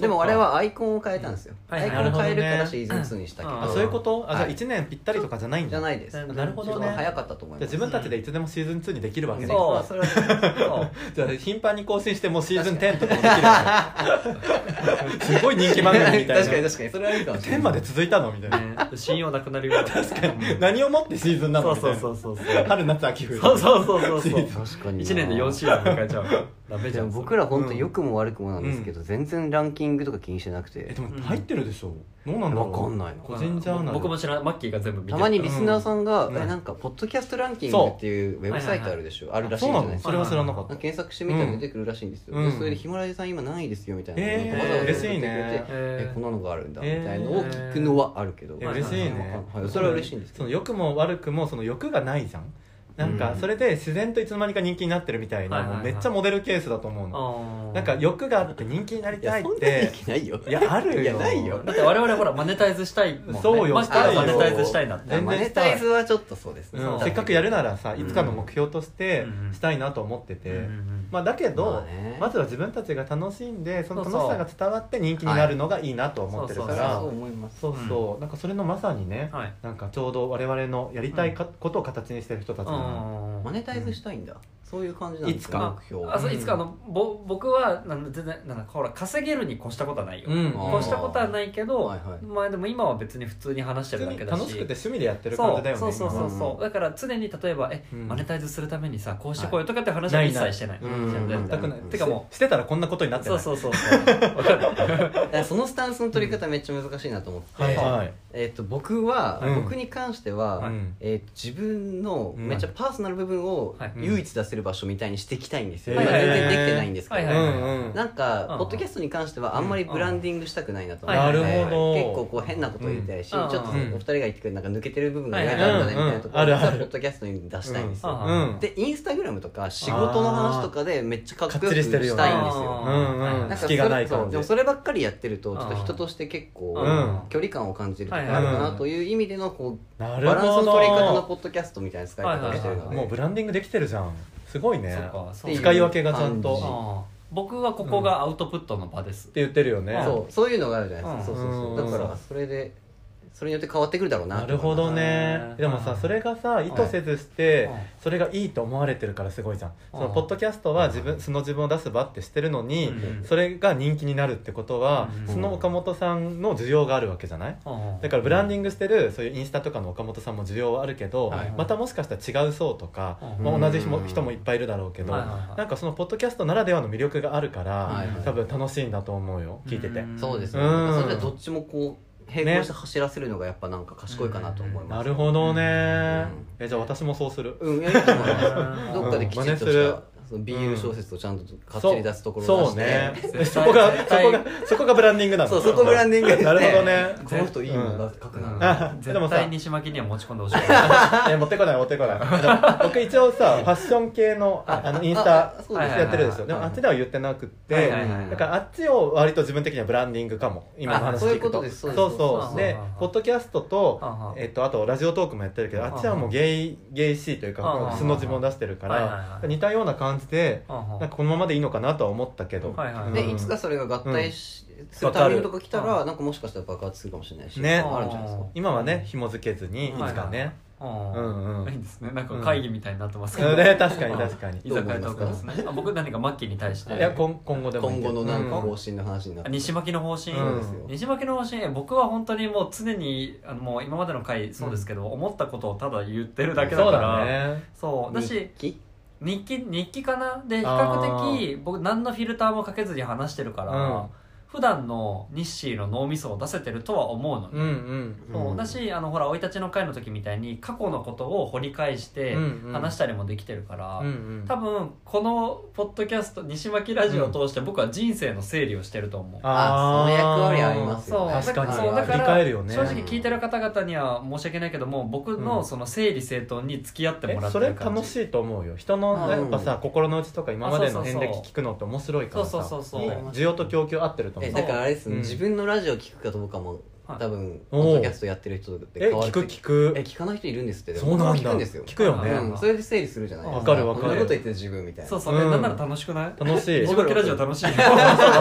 Speaker 4: でもあれはアイコンを変えたんですよ、
Speaker 3: はいはい
Speaker 4: アイコンを変えるか
Speaker 1: なるほ
Speaker 4: ら
Speaker 1: ど
Speaker 4: シ
Speaker 1: ね
Speaker 4: ーズン2にしたけど、
Speaker 3: うん
Speaker 1: あそういうことあじゃあ
Speaker 4: はい
Speaker 1: 1年ぴったりとかじゃないん
Speaker 4: じゃ
Speaker 1: だ
Speaker 4: ないです
Speaker 3: な
Speaker 4: な
Speaker 3: る
Speaker 1: なるほどね
Speaker 4: 早かったと思い
Speaker 1: じゃ
Speaker 4: ま
Speaker 1: あ
Speaker 4: す
Speaker 1: 自分たちでいつでもシーズン2にできるわけね
Speaker 4: そうそれは
Speaker 3: そう
Speaker 1: *laughs* じゃあ頻繁に更新してもうシーズン10とかもできるわけすごい人気番組みたいな
Speaker 4: 確かに確かにそれはいいかもしれない
Speaker 1: 10まで続いたのみたいな
Speaker 3: ね信用なくなるよ確かに
Speaker 1: 何をもってシーズンな
Speaker 3: そ
Speaker 1: の
Speaker 3: う
Speaker 1: みたい
Speaker 3: そう
Speaker 1: な
Speaker 3: そうそうそう
Speaker 1: 春夏秋冬
Speaker 3: そうそうそうそうそう
Speaker 4: 確かにな
Speaker 3: 1年で4シーズン迎えちゃうからダメじ
Speaker 4: で
Speaker 3: ゃ
Speaker 4: も
Speaker 3: ん
Speaker 4: 僕ら本当良くも悪くもなんですけど、全然ランキングとか気にしてなく
Speaker 1: え
Speaker 4: て
Speaker 1: でも入ってるでしょどうなんだろう
Speaker 4: わかんないな
Speaker 1: 個人ジャーナル
Speaker 3: 僕も知らないマッキーが全部見て
Speaker 4: た
Speaker 3: る
Speaker 4: まにリスナーさんが、
Speaker 1: うん
Speaker 4: えなんかポッドキャストランキングっていうウェブサイトあるでしょ、あるらしい
Speaker 1: そう
Speaker 4: じゃ
Speaker 1: な
Speaker 4: ないで
Speaker 1: の
Speaker 4: す
Speaker 1: そ
Speaker 4: か
Speaker 1: れは知らなかった
Speaker 4: 検索してみたら出てくるらしいんですよ、
Speaker 1: うん
Speaker 4: でそれでヒマラヤさん今何位ですよみたいなのを
Speaker 1: えー
Speaker 4: わざわざ送ってくれて
Speaker 1: 嬉しいね
Speaker 4: えこんなのがあるんだみ
Speaker 1: えー
Speaker 4: たいなのを聞くのはあるけど、
Speaker 1: え嬉しいね
Speaker 4: はいそれは嬉しいんですけ
Speaker 1: そ
Speaker 4: ど
Speaker 1: の欲も悪くもその欲がないじゃんなん
Speaker 4: う
Speaker 1: か
Speaker 4: ん
Speaker 1: それで自然といつの間にか人気になってるみたい
Speaker 3: はい
Speaker 1: な
Speaker 3: はいはい
Speaker 1: もうめっちゃモデルケースだと思うの
Speaker 3: あー
Speaker 1: なんか欲があって人気になり
Speaker 4: いや
Speaker 1: たい
Speaker 4: そん
Speaker 1: っ
Speaker 4: なにい
Speaker 1: て
Speaker 4: けないよ
Speaker 1: いやあるよ
Speaker 4: いやないよ
Speaker 3: だって我々ほらマネタイズしたいもんね
Speaker 1: そうよ
Speaker 3: マッキーはマ
Speaker 4: したいよ
Speaker 3: ネタイズしたいなって
Speaker 1: 全
Speaker 4: マ
Speaker 1: 然
Speaker 4: ネ
Speaker 1: したい
Speaker 4: タイズはちょっとそうですね、
Speaker 1: うん
Speaker 3: そう
Speaker 1: せっかくやるならさ
Speaker 4: うん
Speaker 1: いつかの目標として
Speaker 3: うん
Speaker 1: したいなと思ってて、
Speaker 3: うんうん
Speaker 1: まあ、だけど、
Speaker 4: ま
Speaker 1: ま
Speaker 4: あね
Speaker 1: ずは自分たちが楽しんでその
Speaker 3: そ
Speaker 1: 楽
Speaker 3: う
Speaker 1: し
Speaker 3: そう
Speaker 1: さが伝わって人気になるのがいいなと思ってる
Speaker 4: だ
Speaker 1: か、
Speaker 4: かららそう思います
Speaker 1: そうそう、なんかそれのまさにね、
Speaker 3: はい
Speaker 1: なんかちょうど我々のやりたいかことを形にしてる人たちの、
Speaker 3: うん
Speaker 4: マネタイズしたいんだ、そういう感じなんで
Speaker 1: い
Speaker 4: す
Speaker 1: つ
Speaker 4: か
Speaker 1: か
Speaker 4: 目標
Speaker 3: あそういつかあのぼ僕はなん全然なんかほら稼げるに越したことはないよ、
Speaker 1: うん
Speaker 4: あー
Speaker 3: 越したことはないけど、
Speaker 4: はいはい
Speaker 3: まあでも今は別に普通に話して
Speaker 1: 普
Speaker 3: る
Speaker 1: 通
Speaker 3: だ
Speaker 1: に
Speaker 3: けだし
Speaker 1: 楽しくて趣味でやってる感
Speaker 3: そ
Speaker 1: じだよ
Speaker 3: う
Speaker 1: ね
Speaker 3: そうそうそう
Speaker 1: 今
Speaker 3: そうだから常に例えば「え、
Speaker 1: うん
Speaker 3: マネタイズするためにさこうしてこうよ」とかって話は
Speaker 1: ない
Speaker 3: 一切してない、
Speaker 1: う
Speaker 4: うん
Speaker 1: ん全くない、
Speaker 4: うん
Speaker 1: てかもうしてたらこんなことになって
Speaker 3: そ
Speaker 1: な
Speaker 3: う
Speaker 1: い
Speaker 3: そうそうそうわか
Speaker 1: *laughs*
Speaker 3: る
Speaker 4: だからそのスタンスの取り方めっちゃ難しいなと思って、
Speaker 1: はいはい
Speaker 4: えっと僕は、
Speaker 1: うん
Speaker 4: 僕に関しては、
Speaker 1: うん
Speaker 4: えっと自分の
Speaker 1: うん
Speaker 4: めっちゃパーソナル部分を
Speaker 3: はい
Speaker 4: 唯一出せる場所みたいにしていきたいんですよ、
Speaker 1: はい
Speaker 4: 今全然できてないんですけど、
Speaker 3: はいはいはい
Speaker 1: うんうん
Speaker 4: なんか、
Speaker 3: うん
Speaker 4: ポッドキャストに関してはあんまりブランディングしたくないなと思
Speaker 3: うん
Speaker 4: って、
Speaker 3: なる
Speaker 1: ほど
Speaker 4: 結構こう変なこと言いたいし、
Speaker 3: うん
Speaker 4: ちょっとお
Speaker 1: うん
Speaker 4: 二人が言ってくれるなんか抜けてる部分が
Speaker 3: はい
Speaker 4: 嫌
Speaker 3: はい
Speaker 4: なんだねみたいなところ
Speaker 1: うんうん
Speaker 4: 実
Speaker 1: あるあ
Speaker 4: は
Speaker 1: る
Speaker 4: ポッドキャストに出したいんです
Speaker 3: うん
Speaker 4: よ、
Speaker 1: うん
Speaker 4: でインスタグラムとか仕事の話とかでめっちゃかっこ
Speaker 1: か
Speaker 4: よ
Speaker 1: っち
Speaker 4: く
Speaker 1: り
Speaker 4: し
Speaker 1: したて
Speaker 4: いんで
Speaker 1: るよ
Speaker 4: すよ、
Speaker 1: ね
Speaker 3: あー
Speaker 1: うんうん
Speaker 4: なんかそ
Speaker 1: 隙
Speaker 4: れ
Speaker 1: がない感
Speaker 4: そう
Speaker 1: じ
Speaker 4: でもそればっかりやってるとちょっと人として結構
Speaker 1: うん
Speaker 4: 距離感を感じるとこあるかなという意味でのこう
Speaker 1: な
Speaker 4: バ
Speaker 1: るほど
Speaker 4: ランスの取り方のポッドキャストみたいな使い方をしてる
Speaker 3: は
Speaker 4: の
Speaker 3: い
Speaker 4: で
Speaker 1: もうブランディングできてるじゃんすごいね
Speaker 3: そうか
Speaker 1: っ
Speaker 3: そ
Speaker 1: て
Speaker 3: う
Speaker 1: いう
Speaker 3: か
Speaker 1: 使い分けがちゃんと
Speaker 4: 感
Speaker 3: あー僕はここがアウトプットの場です
Speaker 1: っ、て言ってるよね
Speaker 4: そうそういうのがあるじゃないですか
Speaker 3: うん
Speaker 4: そうそうそう
Speaker 1: うん
Speaker 4: だからそれでそれによって変わってくるだろうな
Speaker 1: なるほど
Speaker 3: う
Speaker 1: ね
Speaker 3: ん
Speaker 1: でもさそれがさ意図せずして
Speaker 3: うん
Speaker 1: それがいいと思われてるからすごいじゃんその
Speaker 3: うん
Speaker 1: ポッドキャストは自分素の自分を出す場ってしてるのに
Speaker 3: うん
Speaker 1: それが人気になるってことは
Speaker 3: うん
Speaker 1: その岡本さんの需要があるわけじゃない
Speaker 3: うん
Speaker 1: だからブランディングしてるそういうインスタとかの岡本さんも需要はあるけど
Speaker 3: はい
Speaker 1: またもしかしたら違う層とか
Speaker 3: うん
Speaker 1: まあ同じ人も人もいっぱいいるだろうけど
Speaker 3: はいはいはい
Speaker 1: なんかそのポッドキャストならではの魅力があるから
Speaker 4: はいはい
Speaker 1: 多分楽しいんだと思うよ聞いてて
Speaker 3: うん
Speaker 4: そ
Speaker 3: *laughs*
Speaker 4: うですね
Speaker 1: うん
Speaker 4: それでどっちもこう並行して走らせるのがやっぱなんか賢いかなと思い
Speaker 1: な
Speaker 4: ます
Speaker 1: るほどね
Speaker 4: ん
Speaker 1: えじゃあ私もそうする
Speaker 4: うんいやいいと思いますどっかできち
Speaker 1: 真
Speaker 4: っ
Speaker 1: 似す
Speaker 4: と
Speaker 1: る
Speaker 4: したその BL 小説とちゃんとかっちり出すところを出
Speaker 1: そう
Speaker 4: して、
Speaker 1: ね
Speaker 3: 対
Speaker 1: そこが
Speaker 3: 絶
Speaker 1: そ
Speaker 3: 対
Speaker 1: こがそこがブランディングなの
Speaker 4: そうそこブランディングですね
Speaker 1: なるほどね
Speaker 4: この人いいもんだ書くな、
Speaker 1: あでも
Speaker 3: 絶
Speaker 1: さ
Speaker 3: 対西巻には持ち込ん *laughs* でほしい
Speaker 1: え持ってこない持って
Speaker 4: *laughs*
Speaker 1: こないでも僕一応さファッション系のああのインスタ
Speaker 4: あそうです
Speaker 3: ね
Speaker 1: やってるんですよでも
Speaker 4: はい
Speaker 1: あ
Speaker 4: はいはい
Speaker 1: っちでは言ってなくて、
Speaker 3: はいはいはい
Speaker 1: だからあっちを割と自分的にはブランディングかも今の
Speaker 4: あ
Speaker 1: 話
Speaker 4: そうい
Speaker 1: 聞
Speaker 4: う
Speaker 1: く
Speaker 4: こととですそうです
Speaker 1: そう
Speaker 3: そう
Speaker 1: そ
Speaker 3: そうう
Speaker 1: で
Speaker 3: ああ
Speaker 1: ポッドキャスト
Speaker 3: あ
Speaker 1: と
Speaker 3: あ、
Speaker 1: えっとあとラジオトークもやってるけどあっちはもうゲイゲイシーという
Speaker 3: あ
Speaker 1: か
Speaker 3: あ
Speaker 1: 素の自分を出してるか
Speaker 3: はいはい
Speaker 1: ら
Speaker 3: はい
Speaker 1: 似たような感じで
Speaker 3: うんう
Speaker 1: な
Speaker 3: ん
Speaker 1: んかこのままでいいのかなとは思ったけど、
Speaker 3: はいはい
Speaker 4: で
Speaker 1: うん
Speaker 4: いつかそれが合体し、するタイミングとか来たら、なんかもしかしたら爆発するかもしれないし、
Speaker 1: ね
Speaker 4: あるんじゃないですか
Speaker 1: 今はね紐付けずにいつかね、
Speaker 3: うん
Speaker 1: うんうん
Speaker 3: いいですねなんか会議みたいになってますけ
Speaker 1: う
Speaker 3: ど
Speaker 1: んね *laughs* 確かに確かに
Speaker 3: 居酒屋とかですねあ僕何かマッキーに対して
Speaker 1: いや今今後でもいい
Speaker 4: 今
Speaker 1: けど
Speaker 4: 後のなんか方
Speaker 1: う
Speaker 4: 針の話になっ
Speaker 3: あ
Speaker 4: て、
Speaker 3: 西巻の方針、
Speaker 1: うん
Speaker 3: 西巻の方針僕は本当にもう常にあのもう今までの回そうですけど、思ったことをただ言ってるだけだ
Speaker 1: そ
Speaker 3: か
Speaker 1: うだ
Speaker 3: ら
Speaker 1: ね
Speaker 3: そうだし
Speaker 4: 日記
Speaker 3: 日記日記かなで比
Speaker 1: あ
Speaker 3: 較的僕何のフィルターもかけずに話してるから、
Speaker 1: うん
Speaker 3: 普段の日誌の脳みそを出せてるとは思うのね、
Speaker 1: うんうん
Speaker 3: そうだしあのほら生い立ちの会の時みたいに過去のことを掘り返して
Speaker 1: うんうん
Speaker 3: 話したりもできてるから、
Speaker 1: うんうん
Speaker 3: 多分このポッドキャスト西巻ラジオを通して僕は人生の整理をしてると思う、
Speaker 4: あそ
Speaker 1: ー
Speaker 4: の役割あります
Speaker 3: そう
Speaker 4: よね
Speaker 1: 確かに
Speaker 3: そうだか
Speaker 1: 振り
Speaker 3: ら
Speaker 1: 返るよね
Speaker 3: 正直聞いてる方々には申し訳ないけども僕のその整理整頓に付き合ってもら
Speaker 1: え
Speaker 3: って
Speaker 1: そ
Speaker 3: る
Speaker 1: れ
Speaker 3: 感じ、
Speaker 1: 楽しいと思うよ人の
Speaker 3: うん
Speaker 1: やっぱさ心の内とか今までの
Speaker 3: あそう
Speaker 1: 遍
Speaker 3: そうそう
Speaker 1: 歴聞くのって面白いからさ
Speaker 3: そうそうそうそう
Speaker 1: 需要と供給合ってると思う
Speaker 4: えだからあれですね、
Speaker 1: うん
Speaker 4: 自分のラジオ聞くかと僕はもう
Speaker 3: はい
Speaker 4: 多分
Speaker 1: お
Speaker 4: ポ
Speaker 1: ー
Speaker 4: ッドキャストやってる人って
Speaker 1: え
Speaker 4: 変わ
Speaker 1: 聞
Speaker 4: る
Speaker 1: く
Speaker 4: く
Speaker 1: 聞く
Speaker 4: え聞かない人いるんですってでも
Speaker 1: そうなんだ
Speaker 4: 僕は聞くんですよ
Speaker 1: 聞くよね
Speaker 4: うん、それで整理するじゃないです
Speaker 1: わかるわかる
Speaker 4: こんなこと言ってる自分みたいな
Speaker 3: そうそう、ね
Speaker 1: うん
Speaker 3: なんなら楽しくない
Speaker 1: 楽しい
Speaker 3: 西巻ラジオ
Speaker 1: *laughs*
Speaker 3: 楽しい
Speaker 1: わ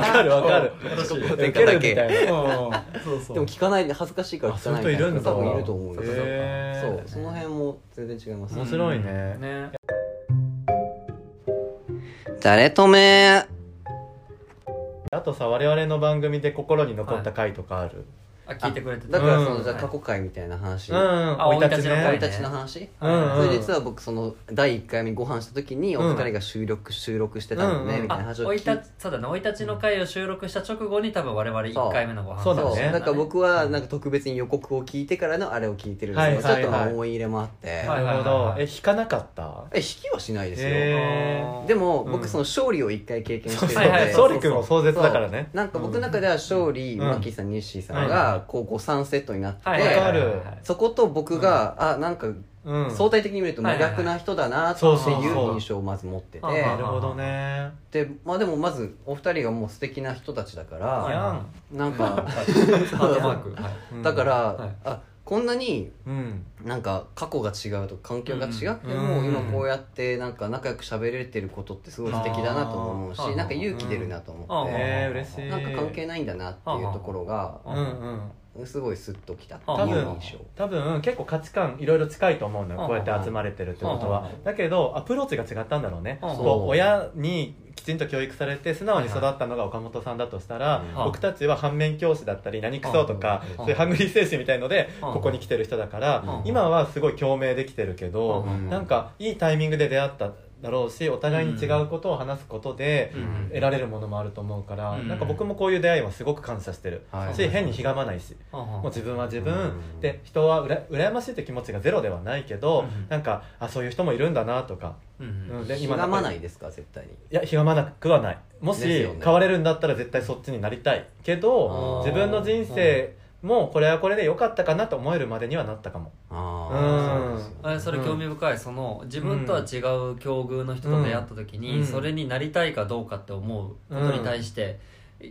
Speaker 1: かるわかる
Speaker 4: 自己肯
Speaker 1: 受け
Speaker 4: 定感
Speaker 1: る
Speaker 4: だ
Speaker 1: み
Speaker 4: け
Speaker 1: たいな
Speaker 3: そうそう
Speaker 4: でも聞かない恥ずかしいから
Speaker 1: あ
Speaker 4: 聞
Speaker 1: そ
Speaker 4: か
Speaker 1: うい
Speaker 4: な
Speaker 1: う
Speaker 4: い
Speaker 1: 人いるんだ
Speaker 4: 多分いると思うんですよ
Speaker 1: へ
Speaker 4: そう
Speaker 1: ー
Speaker 4: その辺も全然違います
Speaker 1: 面白いね
Speaker 3: ね
Speaker 4: 誰とめ
Speaker 1: あとさ我々の番組で心に残った回とかある
Speaker 3: あ聞いてくれて
Speaker 4: だ
Speaker 3: た
Speaker 4: からその、
Speaker 1: うん
Speaker 4: じゃあ過去回みたいな話、
Speaker 1: うん
Speaker 4: 生
Speaker 1: うん
Speaker 3: あ
Speaker 1: 生い立ち
Speaker 3: 生い立ちの
Speaker 1: ね
Speaker 3: 回
Speaker 4: い立ちの話、
Speaker 1: うんうん
Speaker 4: それ実は僕その第1回目ご飯した時にお二人が収録、収録してた
Speaker 1: うんう
Speaker 4: んで
Speaker 1: ん
Speaker 4: ねみたい
Speaker 3: あ
Speaker 4: な話を
Speaker 3: 生
Speaker 4: 聞
Speaker 3: い
Speaker 4: い
Speaker 3: 立
Speaker 4: て
Speaker 3: ちそうだね生い立ちの回を収録した直後に多分我々1回目のご飯
Speaker 1: そうだね
Speaker 4: そう
Speaker 1: ね
Speaker 4: だから僕はなんか特別に予告を聞いてからのあれを聞いてるん
Speaker 1: は
Speaker 4: で
Speaker 1: い
Speaker 4: す
Speaker 1: はい
Speaker 4: よ、
Speaker 1: はい
Speaker 4: ちょっとまあ思い入れもあって、
Speaker 1: ない
Speaker 3: は
Speaker 1: るほ
Speaker 3: はいはい
Speaker 1: ど
Speaker 3: は
Speaker 1: え
Speaker 3: い
Speaker 1: 引かなかった
Speaker 4: え引きはしないですよ、
Speaker 1: へー
Speaker 4: でも僕
Speaker 1: うん
Speaker 4: その勝利を一回経験してる
Speaker 1: そ
Speaker 4: の
Speaker 1: う
Speaker 4: で、
Speaker 3: は
Speaker 1: *laughs*
Speaker 3: いはい
Speaker 1: 総理君も壮絶だからね
Speaker 4: なんか僕の中では勝利、
Speaker 1: うん
Speaker 4: マッキーさんニッシーさん
Speaker 1: はい
Speaker 4: がこうこう3セットになってて、
Speaker 3: はいはいはいはい
Speaker 1: わかる
Speaker 4: そこと僕が、あなんか
Speaker 1: うん
Speaker 4: 相対的に見ると真逆な人だなってい
Speaker 1: はいはいはいそう
Speaker 4: う
Speaker 1: そうそう
Speaker 4: 印象をまず持ってて、
Speaker 3: あー
Speaker 1: なるほどね
Speaker 4: でまあ、でもまずお二人がもう素敵な人たちだから、
Speaker 3: はい
Speaker 1: やん
Speaker 4: なんか
Speaker 3: ハートマークはい
Speaker 1: うん
Speaker 4: だから、
Speaker 3: はい
Speaker 4: あこんなに
Speaker 1: うん
Speaker 4: なんか過去が違うとか環境が違って
Speaker 1: うん
Speaker 4: も、
Speaker 1: うん
Speaker 4: 今こうやってなんか仲良く喋れてることってすごい素敵だなとも思うし、
Speaker 3: うん
Speaker 4: なんか勇気出るなと思って、
Speaker 1: えー嬉しい
Speaker 4: なんか関係ないんだなっていうところが
Speaker 1: うんうん
Speaker 4: すごいスッときたっていう
Speaker 1: 多分
Speaker 4: 印象。
Speaker 1: 多分結構価値観いろいろ近いと思うのよこうやって集まれてるってこと
Speaker 3: うん
Speaker 1: は
Speaker 3: うんうん
Speaker 1: だけどアプローチが違ったんだろうね
Speaker 3: うんうん
Speaker 1: こう親にきちんと教育されて素直に育ったのが岡本さんだとしたら
Speaker 4: うん
Speaker 1: 僕たちは反面教師だったり何クソとか
Speaker 4: うん
Speaker 1: そういうハングリー精神みたいので
Speaker 3: うん
Speaker 1: ここに来てる人だか
Speaker 3: うん
Speaker 1: ら
Speaker 3: うん
Speaker 1: 今はすごい共鳴できてるけど
Speaker 4: うんうん
Speaker 1: なんかいいタイミングで出会っただろうしお互いに違うことを話すことで
Speaker 3: うん
Speaker 1: 得られるものもあると思うから
Speaker 3: うん
Speaker 1: なんか僕もこういう出会いはすごく感謝してる
Speaker 4: はい
Speaker 1: し変にひがまないしもう自分は自分、
Speaker 4: うん
Speaker 1: で人はうら羨ましいって気持ちがゼロではないけど、
Speaker 3: うん
Speaker 1: なんかあそういう人もいるんだなとか、
Speaker 3: うん
Speaker 1: うん、で
Speaker 4: ひがまないいですか絶対に。
Speaker 1: いやひがまなくはないもし、
Speaker 4: ですよね
Speaker 1: 変われるんだったら絶対そっちになりたいけど
Speaker 4: あー
Speaker 1: 自分の人生もこれはこれで良かったかなと思えるまでにはなったかも
Speaker 4: あーそうですよね
Speaker 3: あそれ興味深いその自分とは違う境遇の人と出会った時に、
Speaker 1: うん
Speaker 3: それになりたいかどうかって思うことに対して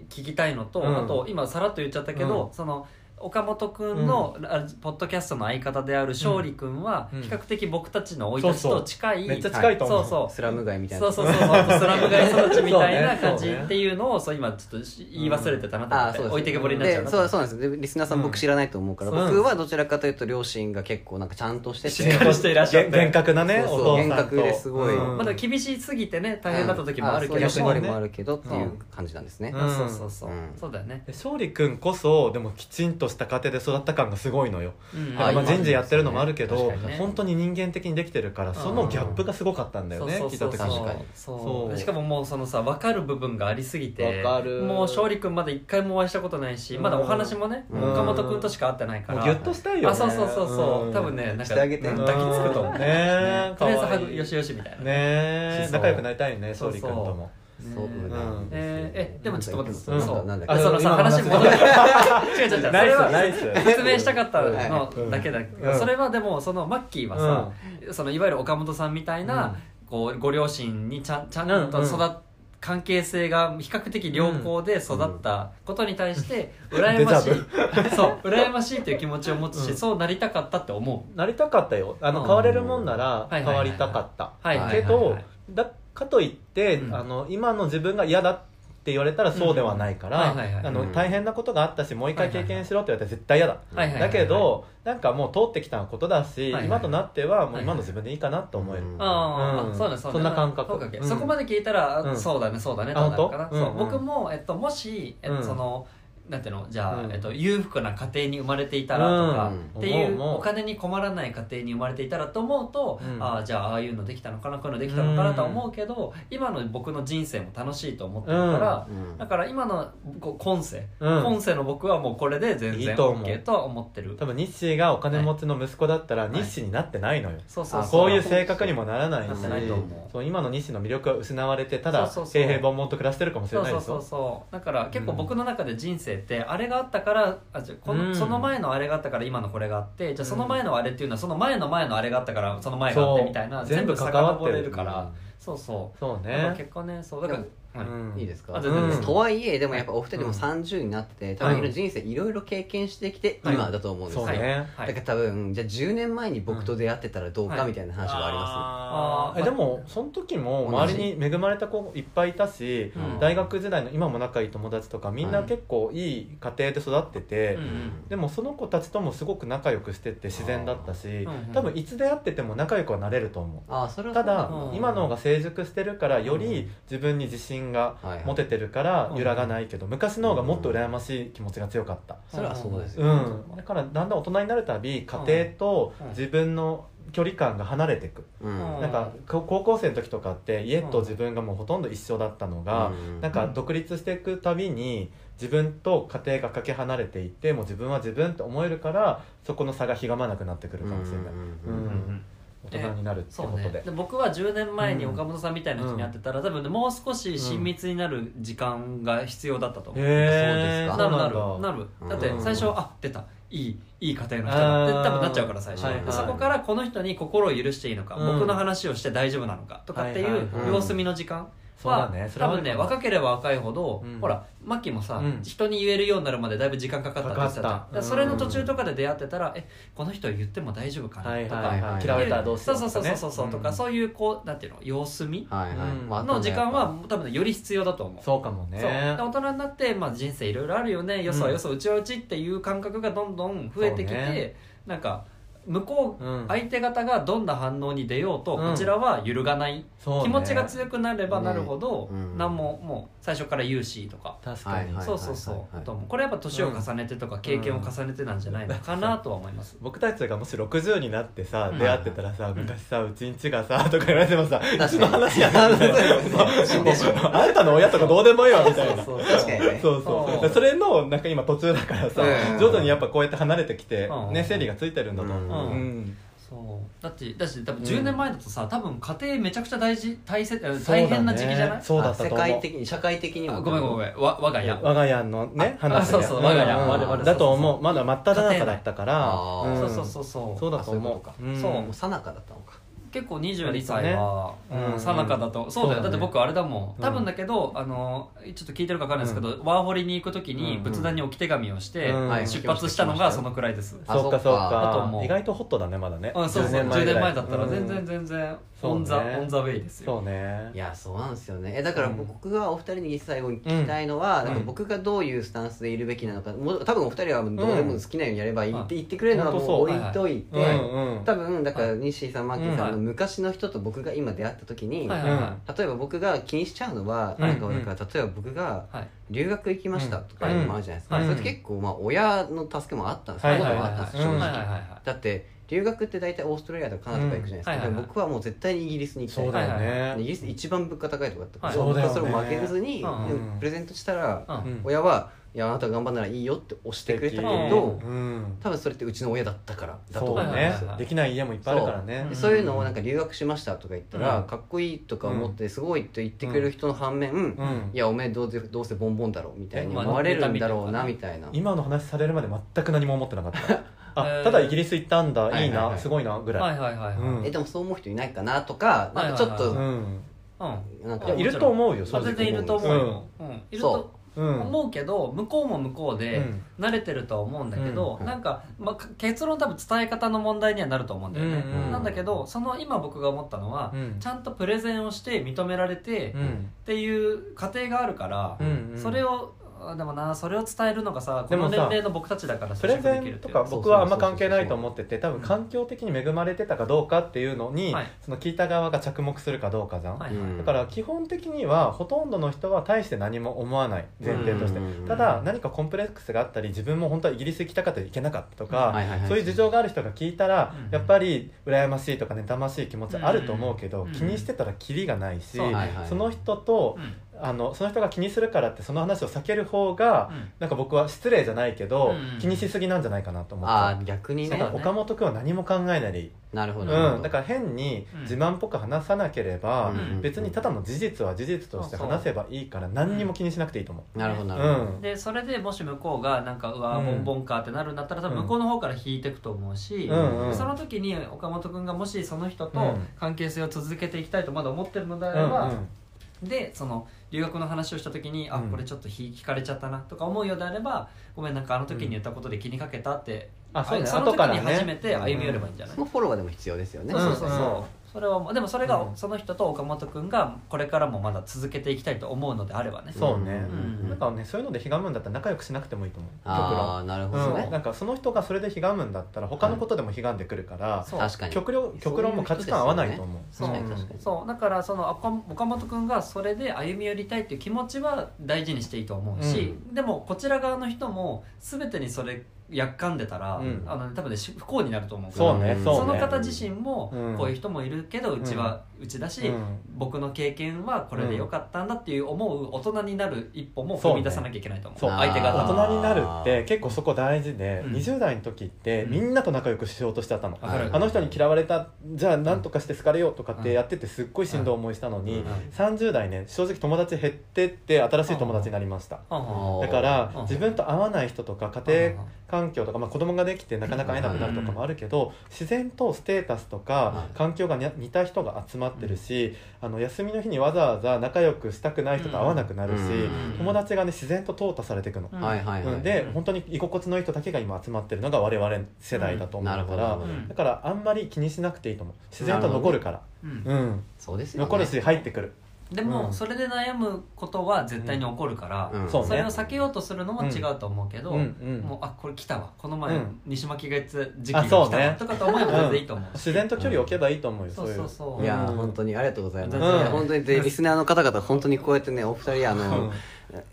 Speaker 3: 聞きたいのと、
Speaker 1: うん
Speaker 3: あと今さらっと言っちゃったけど、その岡本君の、あポッドキャストの相方である勝利君は
Speaker 1: うん
Speaker 3: 比較的僕たちの生い立ちと近い、
Speaker 1: めっちゃ近いと思う、
Speaker 3: そう
Speaker 1: *laughs*
Speaker 3: そう
Speaker 4: スラム街みたいな
Speaker 3: そうそうそうそうスラム街育ちみたいな感
Speaker 1: そう
Speaker 3: じ
Speaker 1: ねそうね
Speaker 3: っていうのをそう今ちょっと言い忘れてたなと思
Speaker 4: あ
Speaker 3: っ
Speaker 4: ー
Speaker 3: て、
Speaker 4: そうです
Speaker 3: 置いてけぼりになっちゃう
Speaker 4: で
Speaker 3: な
Speaker 4: そうそうなんですでリスナーさ
Speaker 1: うん
Speaker 4: ん僕知らないと思うから、
Speaker 1: うん
Speaker 4: 僕はどちらかというと両親が結構なんかちゃんとしてて、
Speaker 3: そうしていらっしゃって
Speaker 1: げ厳格なね
Speaker 4: そうそう
Speaker 1: お父さんと
Speaker 4: 厳格ですごい
Speaker 1: うん
Speaker 3: まあ、でも厳しすぎてね大変だった時もあるけ
Speaker 4: うん
Speaker 3: ど
Speaker 4: あそういう
Speaker 3: も、
Speaker 4: 役割もあるけどっていう感じなんですね、
Speaker 1: うん
Speaker 3: あそうそうそう、
Speaker 4: うん
Speaker 3: そうだよね
Speaker 1: で勝利君こそでもきちんとした家庭で育った感がすごいのよ、
Speaker 3: うん
Speaker 1: ま
Speaker 4: あ
Speaker 1: あ、人事やってるのもあるけど、
Speaker 4: 確かに
Speaker 3: ね
Speaker 1: 本当に人間的にできてるからそのギャップがすごかったんだよね、
Speaker 3: そう
Speaker 1: 聞い
Speaker 3: そ
Speaker 1: た
Speaker 3: う
Speaker 1: 時
Speaker 3: そうそう
Speaker 4: 確かに
Speaker 1: そ
Speaker 3: そううしかももうそのさ分かる部分がありすぎて
Speaker 4: わかる
Speaker 3: もう勝利君まだ一回もお会いしたことないし
Speaker 1: うん
Speaker 3: まだお話もね
Speaker 4: うん
Speaker 3: 岡本君としか会ってないか
Speaker 1: も
Speaker 3: ら
Speaker 1: うギュッとしたいよね
Speaker 3: あそうそうそうそう、
Speaker 1: ん
Speaker 3: 多分ねなんか
Speaker 4: してあげて
Speaker 3: うん抱きつくと思う
Speaker 1: ね
Speaker 3: ね
Speaker 1: え
Speaker 3: と
Speaker 1: か
Speaker 3: りあえず
Speaker 1: わ
Speaker 3: ハ
Speaker 1: い
Speaker 3: グ
Speaker 1: い
Speaker 3: よしよしみたい
Speaker 1: ね
Speaker 3: な、
Speaker 1: え
Speaker 4: そう
Speaker 1: 仲良くなりたいね総理君と
Speaker 3: そ
Speaker 1: も
Speaker 3: う
Speaker 4: そう
Speaker 3: ね
Speaker 4: なんですよ
Speaker 3: えーえでもちょっと待って、
Speaker 1: うん
Speaker 3: そう
Speaker 4: なんだっけ
Speaker 3: あそのさ話戻る *laughs* 違う違う違うそ
Speaker 1: ナイ
Speaker 3: れ
Speaker 1: ス
Speaker 3: は
Speaker 1: ナイス
Speaker 3: 説明したかった
Speaker 1: はい
Speaker 3: のだけだけど、
Speaker 1: うん
Speaker 3: それはでもそのマッキーはさ、そのいわゆる岡本さんみたいな、こうご両親にちゃんちゃんと育っ
Speaker 1: うんう
Speaker 3: 関係性が比較的良好で育ったことに対して羨
Speaker 1: デジ
Speaker 3: ま
Speaker 1: ャ
Speaker 3: しい、 *laughs* そう羨ましいという気持ちを持つし、
Speaker 1: うん
Speaker 3: そうなりたかったって思
Speaker 1: なりたかったよあの
Speaker 3: うん
Speaker 1: 変われるもんなら
Speaker 3: いはい
Speaker 1: 変
Speaker 3: はい
Speaker 1: わ
Speaker 3: はい
Speaker 1: りたかった
Speaker 3: うはいは
Speaker 1: け
Speaker 3: いはい
Speaker 1: ど
Speaker 3: はい
Speaker 1: だかといって、
Speaker 3: うん
Speaker 1: あの今の自分が嫌だって言われたらそうではないから
Speaker 3: うんはいはいはい
Speaker 1: あ
Speaker 4: う
Speaker 1: の
Speaker 4: ん
Speaker 1: 大変なことがあったしもう一回
Speaker 3: はいはい
Speaker 1: 経
Speaker 3: はい
Speaker 1: 験しろって言われたら絶対嫌だ、
Speaker 3: はいはいはい
Speaker 1: だけどなんかもう通ってきたことだし、
Speaker 3: いはい
Speaker 1: 今となってはも
Speaker 3: は
Speaker 1: う
Speaker 3: い
Speaker 1: 今の自分でいいかなと思える、
Speaker 4: うん
Speaker 3: あー
Speaker 1: う
Speaker 3: あ
Speaker 1: ん
Speaker 3: そうだねそうだね
Speaker 1: そんな感覚
Speaker 3: そうだっけ
Speaker 1: うん
Speaker 3: そこまで聞いたら、
Speaker 1: うん
Speaker 3: そうだねそうだね
Speaker 1: あ
Speaker 3: となるかな、
Speaker 1: 本当
Speaker 3: そう
Speaker 1: うんうん
Speaker 3: 僕も、えっと、もし、えっと
Speaker 1: うん
Speaker 3: そのなんていうのじゃあ、
Speaker 1: うん
Speaker 3: えっと、裕福な家庭に生まれていたらとか、
Speaker 4: うん
Speaker 3: ってい
Speaker 1: 思う
Speaker 3: う
Speaker 1: 思う
Speaker 3: お金に困らない家庭に生まれていたらと思うと、
Speaker 1: うん
Speaker 3: ああじゃあああいうのできたのかなこういうのできたのかなとは思うけど、今の僕の人生も楽しいと思ってるから、
Speaker 4: うん
Speaker 3: だから今のこう今世、
Speaker 1: うん
Speaker 3: 今世の僕はもうこれで全
Speaker 1: いい
Speaker 3: 然
Speaker 1: と思う
Speaker 3: OK とは思ってる
Speaker 1: 多分日誌がお金持ちの息子だったら日誌になってないのよ、
Speaker 3: そうそう
Speaker 4: あ
Speaker 1: こういう
Speaker 3: 性
Speaker 1: 性格にもならない
Speaker 3: な
Speaker 1: し
Speaker 3: ってないと思う
Speaker 1: そう今の日誌の魅力は失われてただ
Speaker 3: そうそうそう
Speaker 1: 平平凡々と暮らしてるかもしれ
Speaker 3: そう
Speaker 1: ない
Speaker 3: そ
Speaker 1: で
Speaker 3: う
Speaker 1: す
Speaker 3: そう
Speaker 1: よ
Speaker 3: そうだから結構
Speaker 1: うん
Speaker 3: 僕の中で人生ってあれがあったからあじゃあこの、
Speaker 1: うん
Speaker 3: その前のあれがあったから今のこれがあってじゃあその前のあれっていうのはその前の前のあれがあったからその前があって
Speaker 1: そう
Speaker 3: みたいな
Speaker 1: 全部
Speaker 3: 遡れるから、
Speaker 1: 関
Speaker 3: そうそう
Speaker 1: そう
Speaker 3: だから
Speaker 1: ね
Speaker 3: 結果ねそうだから、はい
Speaker 1: うん
Speaker 4: いいですか
Speaker 3: あ全然
Speaker 1: うん
Speaker 3: です
Speaker 4: とはいえでもやっぱお二人
Speaker 1: うん
Speaker 4: も30になって多分いろいろ人生いろいろ経験してきて
Speaker 1: はい
Speaker 4: 今だと思うんです
Speaker 1: そう
Speaker 4: よ、
Speaker 1: ね
Speaker 3: は
Speaker 4: だ
Speaker 3: い
Speaker 4: から多分じゃあ10年前に僕と出会ってたらどう
Speaker 3: は
Speaker 4: か
Speaker 3: い
Speaker 4: みたいな話はありま
Speaker 1: あーえでもその時も
Speaker 4: 同じ
Speaker 1: 周りに恵まれた子いっぱいいたし、
Speaker 3: うん
Speaker 1: 大学時代の今も仲いい友達とかみんな
Speaker 4: はい
Speaker 1: 結構いい家庭で育ってて、
Speaker 3: うん
Speaker 1: でもその子たちともすごく仲良くしてって自然だったし、
Speaker 3: んうん
Speaker 1: 多分いつ出会ってても仲良くはなれると思
Speaker 4: すああそれ
Speaker 1: う
Speaker 4: は
Speaker 1: ただ、
Speaker 3: うん
Speaker 1: 今の方が成熟してるからよ
Speaker 4: う
Speaker 1: り自分に自信が持
Speaker 4: モ
Speaker 1: ててるから
Speaker 3: うん
Speaker 1: 揺らがないけど、昔の方がもっと羨ましい気持ちが強かった、
Speaker 4: それはそうですよ、
Speaker 1: うん、だからだんだん大人になるたび家庭と自分の距離感が離れていく、
Speaker 4: うん
Speaker 3: うん
Speaker 1: なんかこ高校生の時とかって家と自分がもうほとんど一緒だったのが、
Speaker 4: うん
Speaker 1: なんか独立していくたびに自分と家庭がかけ離れていってもう自分は自分って思えるからそこの差がひがまなくなってくるかもしれない、
Speaker 4: う
Speaker 1: うんん
Speaker 4: うんうん
Speaker 1: 大人になるって
Speaker 3: そ
Speaker 1: こ
Speaker 3: う
Speaker 1: とで
Speaker 3: ね、で僕は10年前に岡本さんみたいな人に会ってたら、多分ねもう少し親密になる時間が必要だったと思う、
Speaker 1: へー
Speaker 4: あ
Speaker 3: なるなる
Speaker 1: そう
Speaker 3: な
Speaker 1: る
Speaker 3: る
Speaker 4: うん
Speaker 3: だって最初あ出たいいいい家庭の人だって
Speaker 1: あー
Speaker 3: 多分なっちゃうから最初、
Speaker 1: はいはい
Speaker 3: でそこからこの人に心を許していいのか、
Speaker 1: うん
Speaker 3: 僕の話をして大丈夫なのかとかってい
Speaker 1: はいはいう
Speaker 4: はい
Speaker 3: 様子見の時間
Speaker 1: そう
Speaker 3: は、
Speaker 1: だねそれ
Speaker 3: 多
Speaker 1: はあ
Speaker 3: 分
Speaker 1: るか
Speaker 3: ね
Speaker 1: も
Speaker 3: 若ければ若いほど、
Speaker 1: うん
Speaker 3: ほらマッキーもさ、
Speaker 1: うん
Speaker 3: 人に言えるようになるまでだいぶ時間かかったって言ってたじゃん
Speaker 1: かかった
Speaker 3: だらそれの途中とかで出会ってたら、えこの人言っても大丈夫か
Speaker 1: はい
Speaker 3: なとか、
Speaker 1: はい
Speaker 4: と
Speaker 1: は
Speaker 4: か
Speaker 1: い嫌われたらどうしよ
Speaker 3: そう
Speaker 1: う
Speaker 3: そうそうそうそうそうとか、
Speaker 1: ん
Speaker 3: そういうこうなんていうの様子見
Speaker 4: はいはい、
Speaker 1: うん
Speaker 4: まああとね
Speaker 3: の時間は多分ねより必要だと思う
Speaker 1: そうかも
Speaker 3: そう
Speaker 1: ね
Speaker 3: 大人になって、まあ、人生いろいろあるよねよそはよそ、うちはうちっていう感覚がどんどん増えてきて、
Speaker 1: そうね
Speaker 3: なんか向こう、
Speaker 1: うん
Speaker 3: 相手方がどんな反応に出ようと、
Speaker 1: うん
Speaker 3: こちらは揺るがない、
Speaker 1: そうね
Speaker 3: 気持ちが強くなればなるほど、
Speaker 4: ねうん
Speaker 3: 何ももう最初から言うしとか、
Speaker 1: 確かに、
Speaker 4: はい
Speaker 3: そうそうそう、
Speaker 4: はいはい
Speaker 3: と思うこれやっぱ年を重ねてとか、経験を重ねてなんじゃないのかなとは思います、
Speaker 1: 僕たちがもし60になってさ、
Speaker 3: うん
Speaker 1: 出会ってたらさ昔さうちんちがさとか言われてもさうちの話やな
Speaker 4: あ
Speaker 1: みたいな
Speaker 4: そうですね
Speaker 1: あんたの親とかどうでもいいわみたいな
Speaker 3: そう
Speaker 4: 確かにね
Speaker 1: そうそう
Speaker 3: そう
Speaker 1: それのなんか今途中だからさ
Speaker 4: うん
Speaker 1: 徐々にやっぱこうやって離れてきて
Speaker 3: うん
Speaker 1: ね整理がついてるんだと思う
Speaker 3: う
Speaker 1: う
Speaker 3: ん
Speaker 1: ん
Speaker 3: そうだってだし多分10年前だとさ、多分家庭めちゃくちゃ大事大
Speaker 1: そ
Speaker 3: 切
Speaker 1: うだね
Speaker 3: 大変な時期じゃない
Speaker 1: そうだった
Speaker 4: 世
Speaker 1: と思
Speaker 4: 界
Speaker 1: う
Speaker 4: 的に社会的に
Speaker 3: あ
Speaker 4: も
Speaker 3: ごめんごめんわ我が家
Speaker 1: 我が家のね
Speaker 3: あ
Speaker 1: 話
Speaker 3: そうそう我が家
Speaker 1: うん
Speaker 4: 我々
Speaker 1: だと思うまだ真っ只
Speaker 3: 家
Speaker 1: 中
Speaker 3: 庭
Speaker 1: だ
Speaker 3: 内
Speaker 1: ったから
Speaker 4: あー
Speaker 1: ん
Speaker 3: そうそうそうそう
Speaker 1: そうだと思う
Speaker 4: あ
Speaker 1: うん
Speaker 3: そう
Speaker 4: もうさなかだったのか
Speaker 3: 結構22歳は
Speaker 1: 割とねうん
Speaker 3: さなかだとそうだよ
Speaker 1: そうだ
Speaker 3: だ
Speaker 1: ね
Speaker 3: って僕あれだも
Speaker 1: うん
Speaker 3: ん多分だけどあのちょっと聞いてるか分かんないですけどワーホリに行く時に
Speaker 1: うん
Speaker 3: 仏壇に置き手紙をして
Speaker 1: うん
Speaker 4: はい
Speaker 3: 出発したのがそのくらいです
Speaker 4: あ
Speaker 1: そうかそう
Speaker 3: だと
Speaker 1: か
Speaker 3: 思う
Speaker 1: 意外とホットだねまだね
Speaker 3: うんそうそう
Speaker 1: 10
Speaker 3: 10
Speaker 1: ぐ
Speaker 3: 年
Speaker 1: らい
Speaker 3: 前だったら全然全然
Speaker 1: そうね
Speaker 3: オンザオンザウェイですよ
Speaker 1: そうね
Speaker 4: いやそうなんですよねえだから
Speaker 1: うん
Speaker 4: 僕がお二人に最後に聞きたいのは、
Speaker 1: うん
Speaker 4: なんか僕がどういうスタンスでいるべきなのかもう多分お二人はどうでも好きなようにやればいいって言ってくれるのはもう
Speaker 1: うん
Speaker 4: 置いといて、
Speaker 1: うんうん
Speaker 4: 多分だから西井さんマッキーさんの昔の人と僕が今出会った時に、
Speaker 3: はいはいは
Speaker 4: 例えば僕が気にしちゃうのは、
Speaker 3: うん
Speaker 4: なんかだから例えば僕が
Speaker 3: はい
Speaker 4: 留学行きましたとか
Speaker 3: うん
Speaker 4: いうのもあるじゃないですか、
Speaker 3: うん
Speaker 4: それって結構まあ親の助けもあったんですよ、
Speaker 3: い
Speaker 4: は
Speaker 3: はいい
Speaker 4: こ
Speaker 3: はい
Speaker 4: と
Speaker 3: は
Speaker 4: もあったんですよ正直、
Speaker 3: いはいはいは
Speaker 4: だって留学って大体オーストラリアとかカナダとか行くじゃないですか、
Speaker 3: うんはいはいはい
Speaker 4: でも僕はもう絶対にイギリスに行きたい
Speaker 3: そうだよね
Speaker 4: イギリスで一番物価高いとかだったから、
Speaker 3: はい
Speaker 4: 僕は
Speaker 1: そ
Speaker 4: そう
Speaker 1: だ
Speaker 4: れ
Speaker 1: よ
Speaker 4: を
Speaker 1: ね
Speaker 4: 負けずに、
Speaker 3: うん
Speaker 4: でプレゼントしたら、
Speaker 3: いうん
Speaker 1: うん
Speaker 4: 親は「いやあなた頑張んならいいよ」って押してくれたけ
Speaker 3: 素
Speaker 4: ど
Speaker 3: 敵
Speaker 1: うん
Speaker 4: 多分それってうちの親だったからだと
Speaker 1: そ
Speaker 4: 思
Speaker 1: う
Speaker 4: うん
Speaker 3: はい
Speaker 1: ね
Speaker 3: はい
Speaker 4: ですよ
Speaker 3: はい
Speaker 1: できない家もいっぱいあるからね
Speaker 3: うん
Speaker 4: そういうのをなんか留学しましたとか言ったら、
Speaker 1: うん
Speaker 4: かっこいいとか思ってすごいって言ってくれる人の反面、
Speaker 1: うん
Speaker 4: いやおめえどうせどうせボンボンだろみたいに
Speaker 1: まあ
Speaker 4: 思われるんだろうなみたいな。
Speaker 1: 今の話されるまで全く何も思ってなか
Speaker 3: *laughs*
Speaker 1: った
Speaker 3: え
Speaker 1: あ
Speaker 3: ー
Speaker 1: ただイギリス行ったん
Speaker 4: はいは
Speaker 1: だ
Speaker 4: い
Speaker 1: いい
Speaker 4: は
Speaker 1: ないすごいなぐら
Speaker 3: はいいはいはいはい
Speaker 1: うん
Speaker 4: えでもそう思う人いないかなとか
Speaker 3: はい
Speaker 4: なんかちょっ
Speaker 3: はい
Speaker 4: と、
Speaker 1: うん
Speaker 3: うん
Speaker 4: なん
Speaker 1: い
Speaker 4: か
Speaker 1: やいると思うよ
Speaker 3: まあ全然いると思うよ、うんいると
Speaker 1: ううん
Speaker 3: 思うけど向こうも向こうで
Speaker 1: うん
Speaker 3: 慣れてるとは思うんだけど、
Speaker 4: うん
Speaker 3: なんか、まあ、か結論多分伝え方の問題にはなると思うんだよね、
Speaker 1: うんうん
Speaker 3: なんだけどその今僕が思ったのは、
Speaker 1: うん
Speaker 3: ちゃんとプレゼンをして認められて、
Speaker 1: う
Speaker 3: っ
Speaker 1: ん
Speaker 3: ていう過程があるから、
Speaker 1: うんうん
Speaker 3: それをあでもなそれを伝えるのがさこ
Speaker 1: で
Speaker 3: の
Speaker 1: もさ
Speaker 3: 年齢の僕たちだから
Speaker 1: プ
Speaker 3: 咀
Speaker 1: レ
Speaker 3: 嚼でき
Speaker 1: ゼ
Speaker 3: る
Speaker 1: ン
Speaker 3: っ
Speaker 1: と
Speaker 3: ていうか
Speaker 1: か
Speaker 4: そうそうそうそう
Speaker 1: 僕はあんま関係ないと思ってて多
Speaker 3: う
Speaker 1: 分
Speaker 3: ん
Speaker 1: 環境的に恵まれてたかどうかっていうのに、
Speaker 3: はい
Speaker 1: その聞いた側が着目するかどうかじゃん、
Speaker 3: はいはい
Speaker 1: だから基本的にはほとんどの人は大して何も思わない前提として
Speaker 4: うんうんうんうん
Speaker 1: ただ何かコンプレックスがあったり自分も本当はイギリス行きたかったり行けなかったと
Speaker 4: うんはいはいは
Speaker 1: か
Speaker 4: い
Speaker 1: そういう事情がある人が聞いたら
Speaker 3: うん
Speaker 1: やっぱり羨ましいとか妬ましい気持ちあると思うけ
Speaker 3: う
Speaker 1: ど
Speaker 3: んうん
Speaker 1: 気にしてたらキリがないし
Speaker 3: そうはい
Speaker 4: はい
Speaker 1: その人と
Speaker 3: うん
Speaker 1: あのその人が気にするからってその話を避ける方がなんか僕は失礼じゃないけど
Speaker 3: うんうん
Speaker 1: 気にしすぎなんじゃないかなと思っちゃう
Speaker 4: あー逆に
Speaker 1: だ
Speaker 4: ね
Speaker 1: から岡本君は何も考えないでいい、
Speaker 4: なるほ
Speaker 1: う
Speaker 4: どなるほど、
Speaker 1: ん、だから変に
Speaker 3: うん
Speaker 1: 自慢っぽく話さなければ、
Speaker 3: うん
Speaker 1: 別にただの事実は事実として話せばいいから何にも気にしなくていいと思
Speaker 4: なるほどな
Speaker 1: う、
Speaker 4: るほど、
Speaker 1: う
Speaker 3: うん
Speaker 1: ん
Speaker 3: でそれでもし向こうがなんかうわ
Speaker 1: うん
Speaker 3: ボンボンかってなるんだったら多分向こうの方から引いていくと思うし、
Speaker 1: うんうん
Speaker 3: その時に岡本君がもしその人
Speaker 1: う
Speaker 3: と
Speaker 1: ん
Speaker 3: 関係性を続けていきたいとまだ思ってるのであ
Speaker 1: う
Speaker 3: れ
Speaker 1: ん
Speaker 3: ば、
Speaker 1: うん
Speaker 3: でその留学の話をした時に、あ
Speaker 1: うん
Speaker 3: これちょっと引かれちゃったなとか思うようであればごめんなんかあの時に言ったことで気にかけたって、
Speaker 1: あそうね
Speaker 3: の
Speaker 1: 後
Speaker 3: 時
Speaker 1: から
Speaker 3: に初め
Speaker 1: ね
Speaker 3: て歩み寄ればいいんじゃない、
Speaker 4: そのフォローはでも必要ですよね、
Speaker 3: そうそうそうそう、
Speaker 1: うんうん
Speaker 3: それはもうでもそれが
Speaker 1: うん
Speaker 3: その人と岡本君がこれからもまだ続けていきたいと思うのであればね
Speaker 1: そうね、
Speaker 3: うん
Speaker 1: なんかねそういうのでひがむんだったら仲良くしなくてもいいと思う
Speaker 4: ああなるほ
Speaker 1: 極
Speaker 4: ど
Speaker 1: 論、
Speaker 4: ね、
Speaker 1: うん、なんかその人がそれでひがむんだったら他のことでもひがんでくるから、
Speaker 3: そう
Speaker 4: 確かに
Speaker 1: 極論極論も価値観合わないと思う
Speaker 3: そう
Speaker 4: 確
Speaker 3: いう
Speaker 4: かに
Speaker 3: 人
Speaker 4: 確かに、
Speaker 3: そうだからそのあこ岡本君がそれで歩み寄りたいっていう気持ちは大事にしていいと思うし、でもこちら側の人も全てにそれやっかんでたら、
Speaker 1: うん
Speaker 3: あのね多分ねし不幸になると思うから
Speaker 1: そうね
Speaker 4: うん
Speaker 1: そうね
Speaker 3: その方自身も
Speaker 1: うん
Speaker 3: こういう人もいるけど、うちはうちだし、
Speaker 1: うん
Speaker 3: 僕の経験はこれで良かったんだっていう思う大人になる一歩も
Speaker 1: そう
Speaker 3: 踏
Speaker 1: ね
Speaker 3: み出さなきゃいけないと思う
Speaker 1: そう
Speaker 3: 相手
Speaker 1: 大
Speaker 3: 方
Speaker 1: 人になるって結構そこ大事で、
Speaker 3: うん
Speaker 1: 20代の時って
Speaker 3: うん
Speaker 1: みんなと仲良くしようとしちゃったの、
Speaker 3: わかる
Speaker 1: あの人に嫌われたじゃあなんとかして好かれようとかっ
Speaker 3: う
Speaker 1: て
Speaker 3: ん
Speaker 1: やっててすっごいしんどい思いしたのに、
Speaker 4: うん
Speaker 1: 30代ね正直友達減ってって新しい友達になりました、
Speaker 3: うんうん
Speaker 4: うん
Speaker 1: だから
Speaker 3: うん
Speaker 1: 自分と合わない人とか家庭環境とか、まあ、子供ができてなかなか会えなくなるとかもあるけど、自然とステータスとか
Speaker 4: うん
Speaker 1: 環境がに似た人が集まってるし、あの休みの日にわざわざ仲良くしたくない人と会わなくなるし、
Speaker 4: うん
Speaker 1: 友達がね自然と淘汰されていくの、
Speaker 3: うん
Speaker 4: はいはいはい、
Speaker 1: うん、で本当に居心地のいい人だけが今集まってるのが我々世代だと思
Speaker 4: なる
Speaker 1: う
Speaker 4: ほ
Speaker 1: か
Speaker 4: ど
Speaker 1: ら、
Speaker 4: なるほど
Speaker 3: うん
Speaker 1: だからあんまり気にしなくていいと思う自然と残るから
Speaker 3: うん
Speaker 1: うん
Speaker 4: そうですよね
Speaker 1: 残るし入ってくる、
Speaker 3: でも、
Speaker 1: うん
Speaker 3: それで悩むことは絶対に起こるから、
Speaker 4: うん
Speaker 1: そうね
Speaker 3: それを避けようとするのも違うと思うけど、
Speaker 1: うんうん
Speaker 3: もうあこれ来たわこの前、
Speaker 1: うん
Speaker 3: 西巻が言ってた時期が来
Speaker 1: あ
Speaker 3: た
Speaker 1: そ
Speaker 3: わ、
Speaker 1: うね
Speaker 3: とかと思えば全然いいと思う、
Speaker 1: 自然と距離を置けばいいと思うよ、
Speaker 3: そうそう
Speaker 1: う
Speaker 3: そう
Speaker 4: いやー
Speaker 1: うん
Speaker 4: 本当にありがとうございます、
Speaker 3: うん
Speaker 4: いや本当にでリスナーの方々本当にこうやってねお二人あ
Speaker 1: う
Speaker 4: の
Speaker 1: ん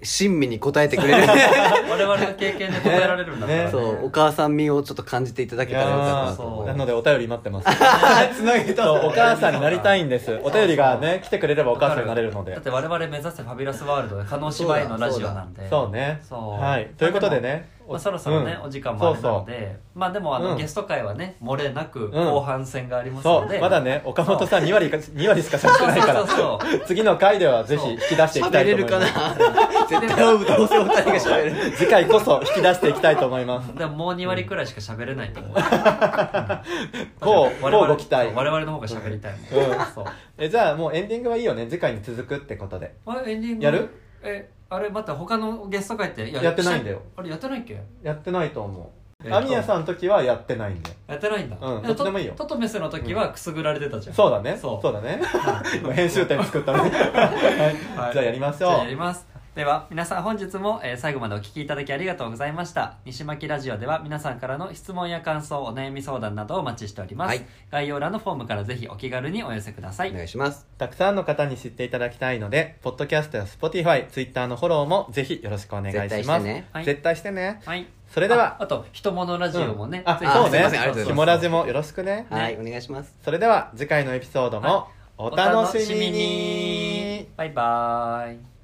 Speaker 4: 親身に答えてくれる
Speaker 1: *laughs*
Speaker 3: 我々の経験で答えられるんだから、
Speaker 1: ね
Speaker 4: そうお母さん味をちょっと感じていただけ
Speaker 1: い
Speaker 4: たらよ
Speaker 1: や
Speaker 4: か
Speaker 1: ー
Speaker 4: ったなと
Speaker 3: そう
Speaker 1: なのでお便り待ってます
Speaker 3: *laughs*
Speaker 1: そうお母さんになりたいんですお便りがね来てくれればお母さんになれるの
Speaker 3: だ
Speaker 1: で
Speaker 3: って我々目指せファビュラスワールドで可能芝居のラジオなんで
Speaker 1: そうね
Speaker 3: そう
Speaker 1: はいということでね
Speaker 3: まあ、そろそろね、
Speaker 1: うん
Speaker 3: お時間もあれなの
Speaker 1: そう
Speaker 3: でまあでもあの、
Speaker 1: うん
Speaker 3: ゲスト会はね漏れなく後半戦があります
Speaker 1: そ
Speaker 3: の
Speaker 1: う、
Speaker 3: で、
Speaker 1: まだね岡本さん2割か2割しかしゃってないか
Speaker 3: そうそう
Speaker 1: ら次の回ではぜひ引き出していき
Speaker 4: 喋
Speaker 1: たい
Speaker 4: れ
Speaker 1: と
Speaker 4: る
Speaker 1: 思い
Speaker 4: か
Speaker 1: ま
Speaker 4: な
Speaker 1: す
Speaker 4: 絶対どうせお二人が喋れる
Speaker 1: 次回こそ引き出していきたいと思い
Speaker 3: *laughs*
Speaker 1: ます
Speaker 3: でももう2割くらいしか喋れないと思う
Speaker 1: こうこ
Speaker 3: 我
Speaker 1: う
Speaker 3: 々
Speaker 1: ご期待
Speaker 3: そう我々の方が喋りたいもん
Speaker 1: うんそうえじゃあもうエンディングはいいよね次回に続くってことで
Speaker 3: あれエンディング
Speaker 1: やる
Speaker 3: えあれまた他のゲスト会ってや
Speaker 1: やってないんだよ
Speaker 3: あれやってないっけ
Speaker 1: やってないと思
Speaker 3: え
Speaker 1: うアミヤさんの時はやってないんで
Speaker 3: やってないんだ
Speaker 1: うんどっちでもいいよ
Speaker 3: トトメスの時はくすぐられてたじゃん
Speaker 1: そうだね
Speaker 3: そう
Speaker 1: だね *laughs* 今編集点作ったねはい
Speaker 3: *laughs* はい
Speaker 1: じゃあやりまし
Speaker 3: じゃ
Speaker 1: ょ
Speaker 3: あやり
Speaker 1: う
Speaker 3: ますでは皆さん本日も、えー最後までお聞きいただきありがとうございました西巻ラジオでは皆さんからの質問や感想お悩み相談などをお待ちしております、
Speaker 4: はい
Speaker 3: 概要欄のフォームからぜひお気軽にお寄せください
Speaker 4: お願いします
Speaker 1: たくさんの方に知っていただきたいのでポッドキャストや Spotify、Twitter のフォローもぜひよろしくお願いします
Speaker 4: 絶対してね
Speaker 3: はい
Speaker 1: 絶対してね
Speaker 3: はい
Speaker 1: それでは
Speaker 3: ああと「ひとものラジオ」もね、
Speaker 1: うんあ
Speaker 3: ぜひ
Speaker 1: そう
Speaker 4: すい
Speaker 1: ね
Speaker 4: ませんありがとうございます
Speaker 1: ひもラジもよろしくね、
Speaker 4: はいお願いします
Speaker 1: それでは次回のエピソードもお楽しみに、
Speaker 3: バイバーイ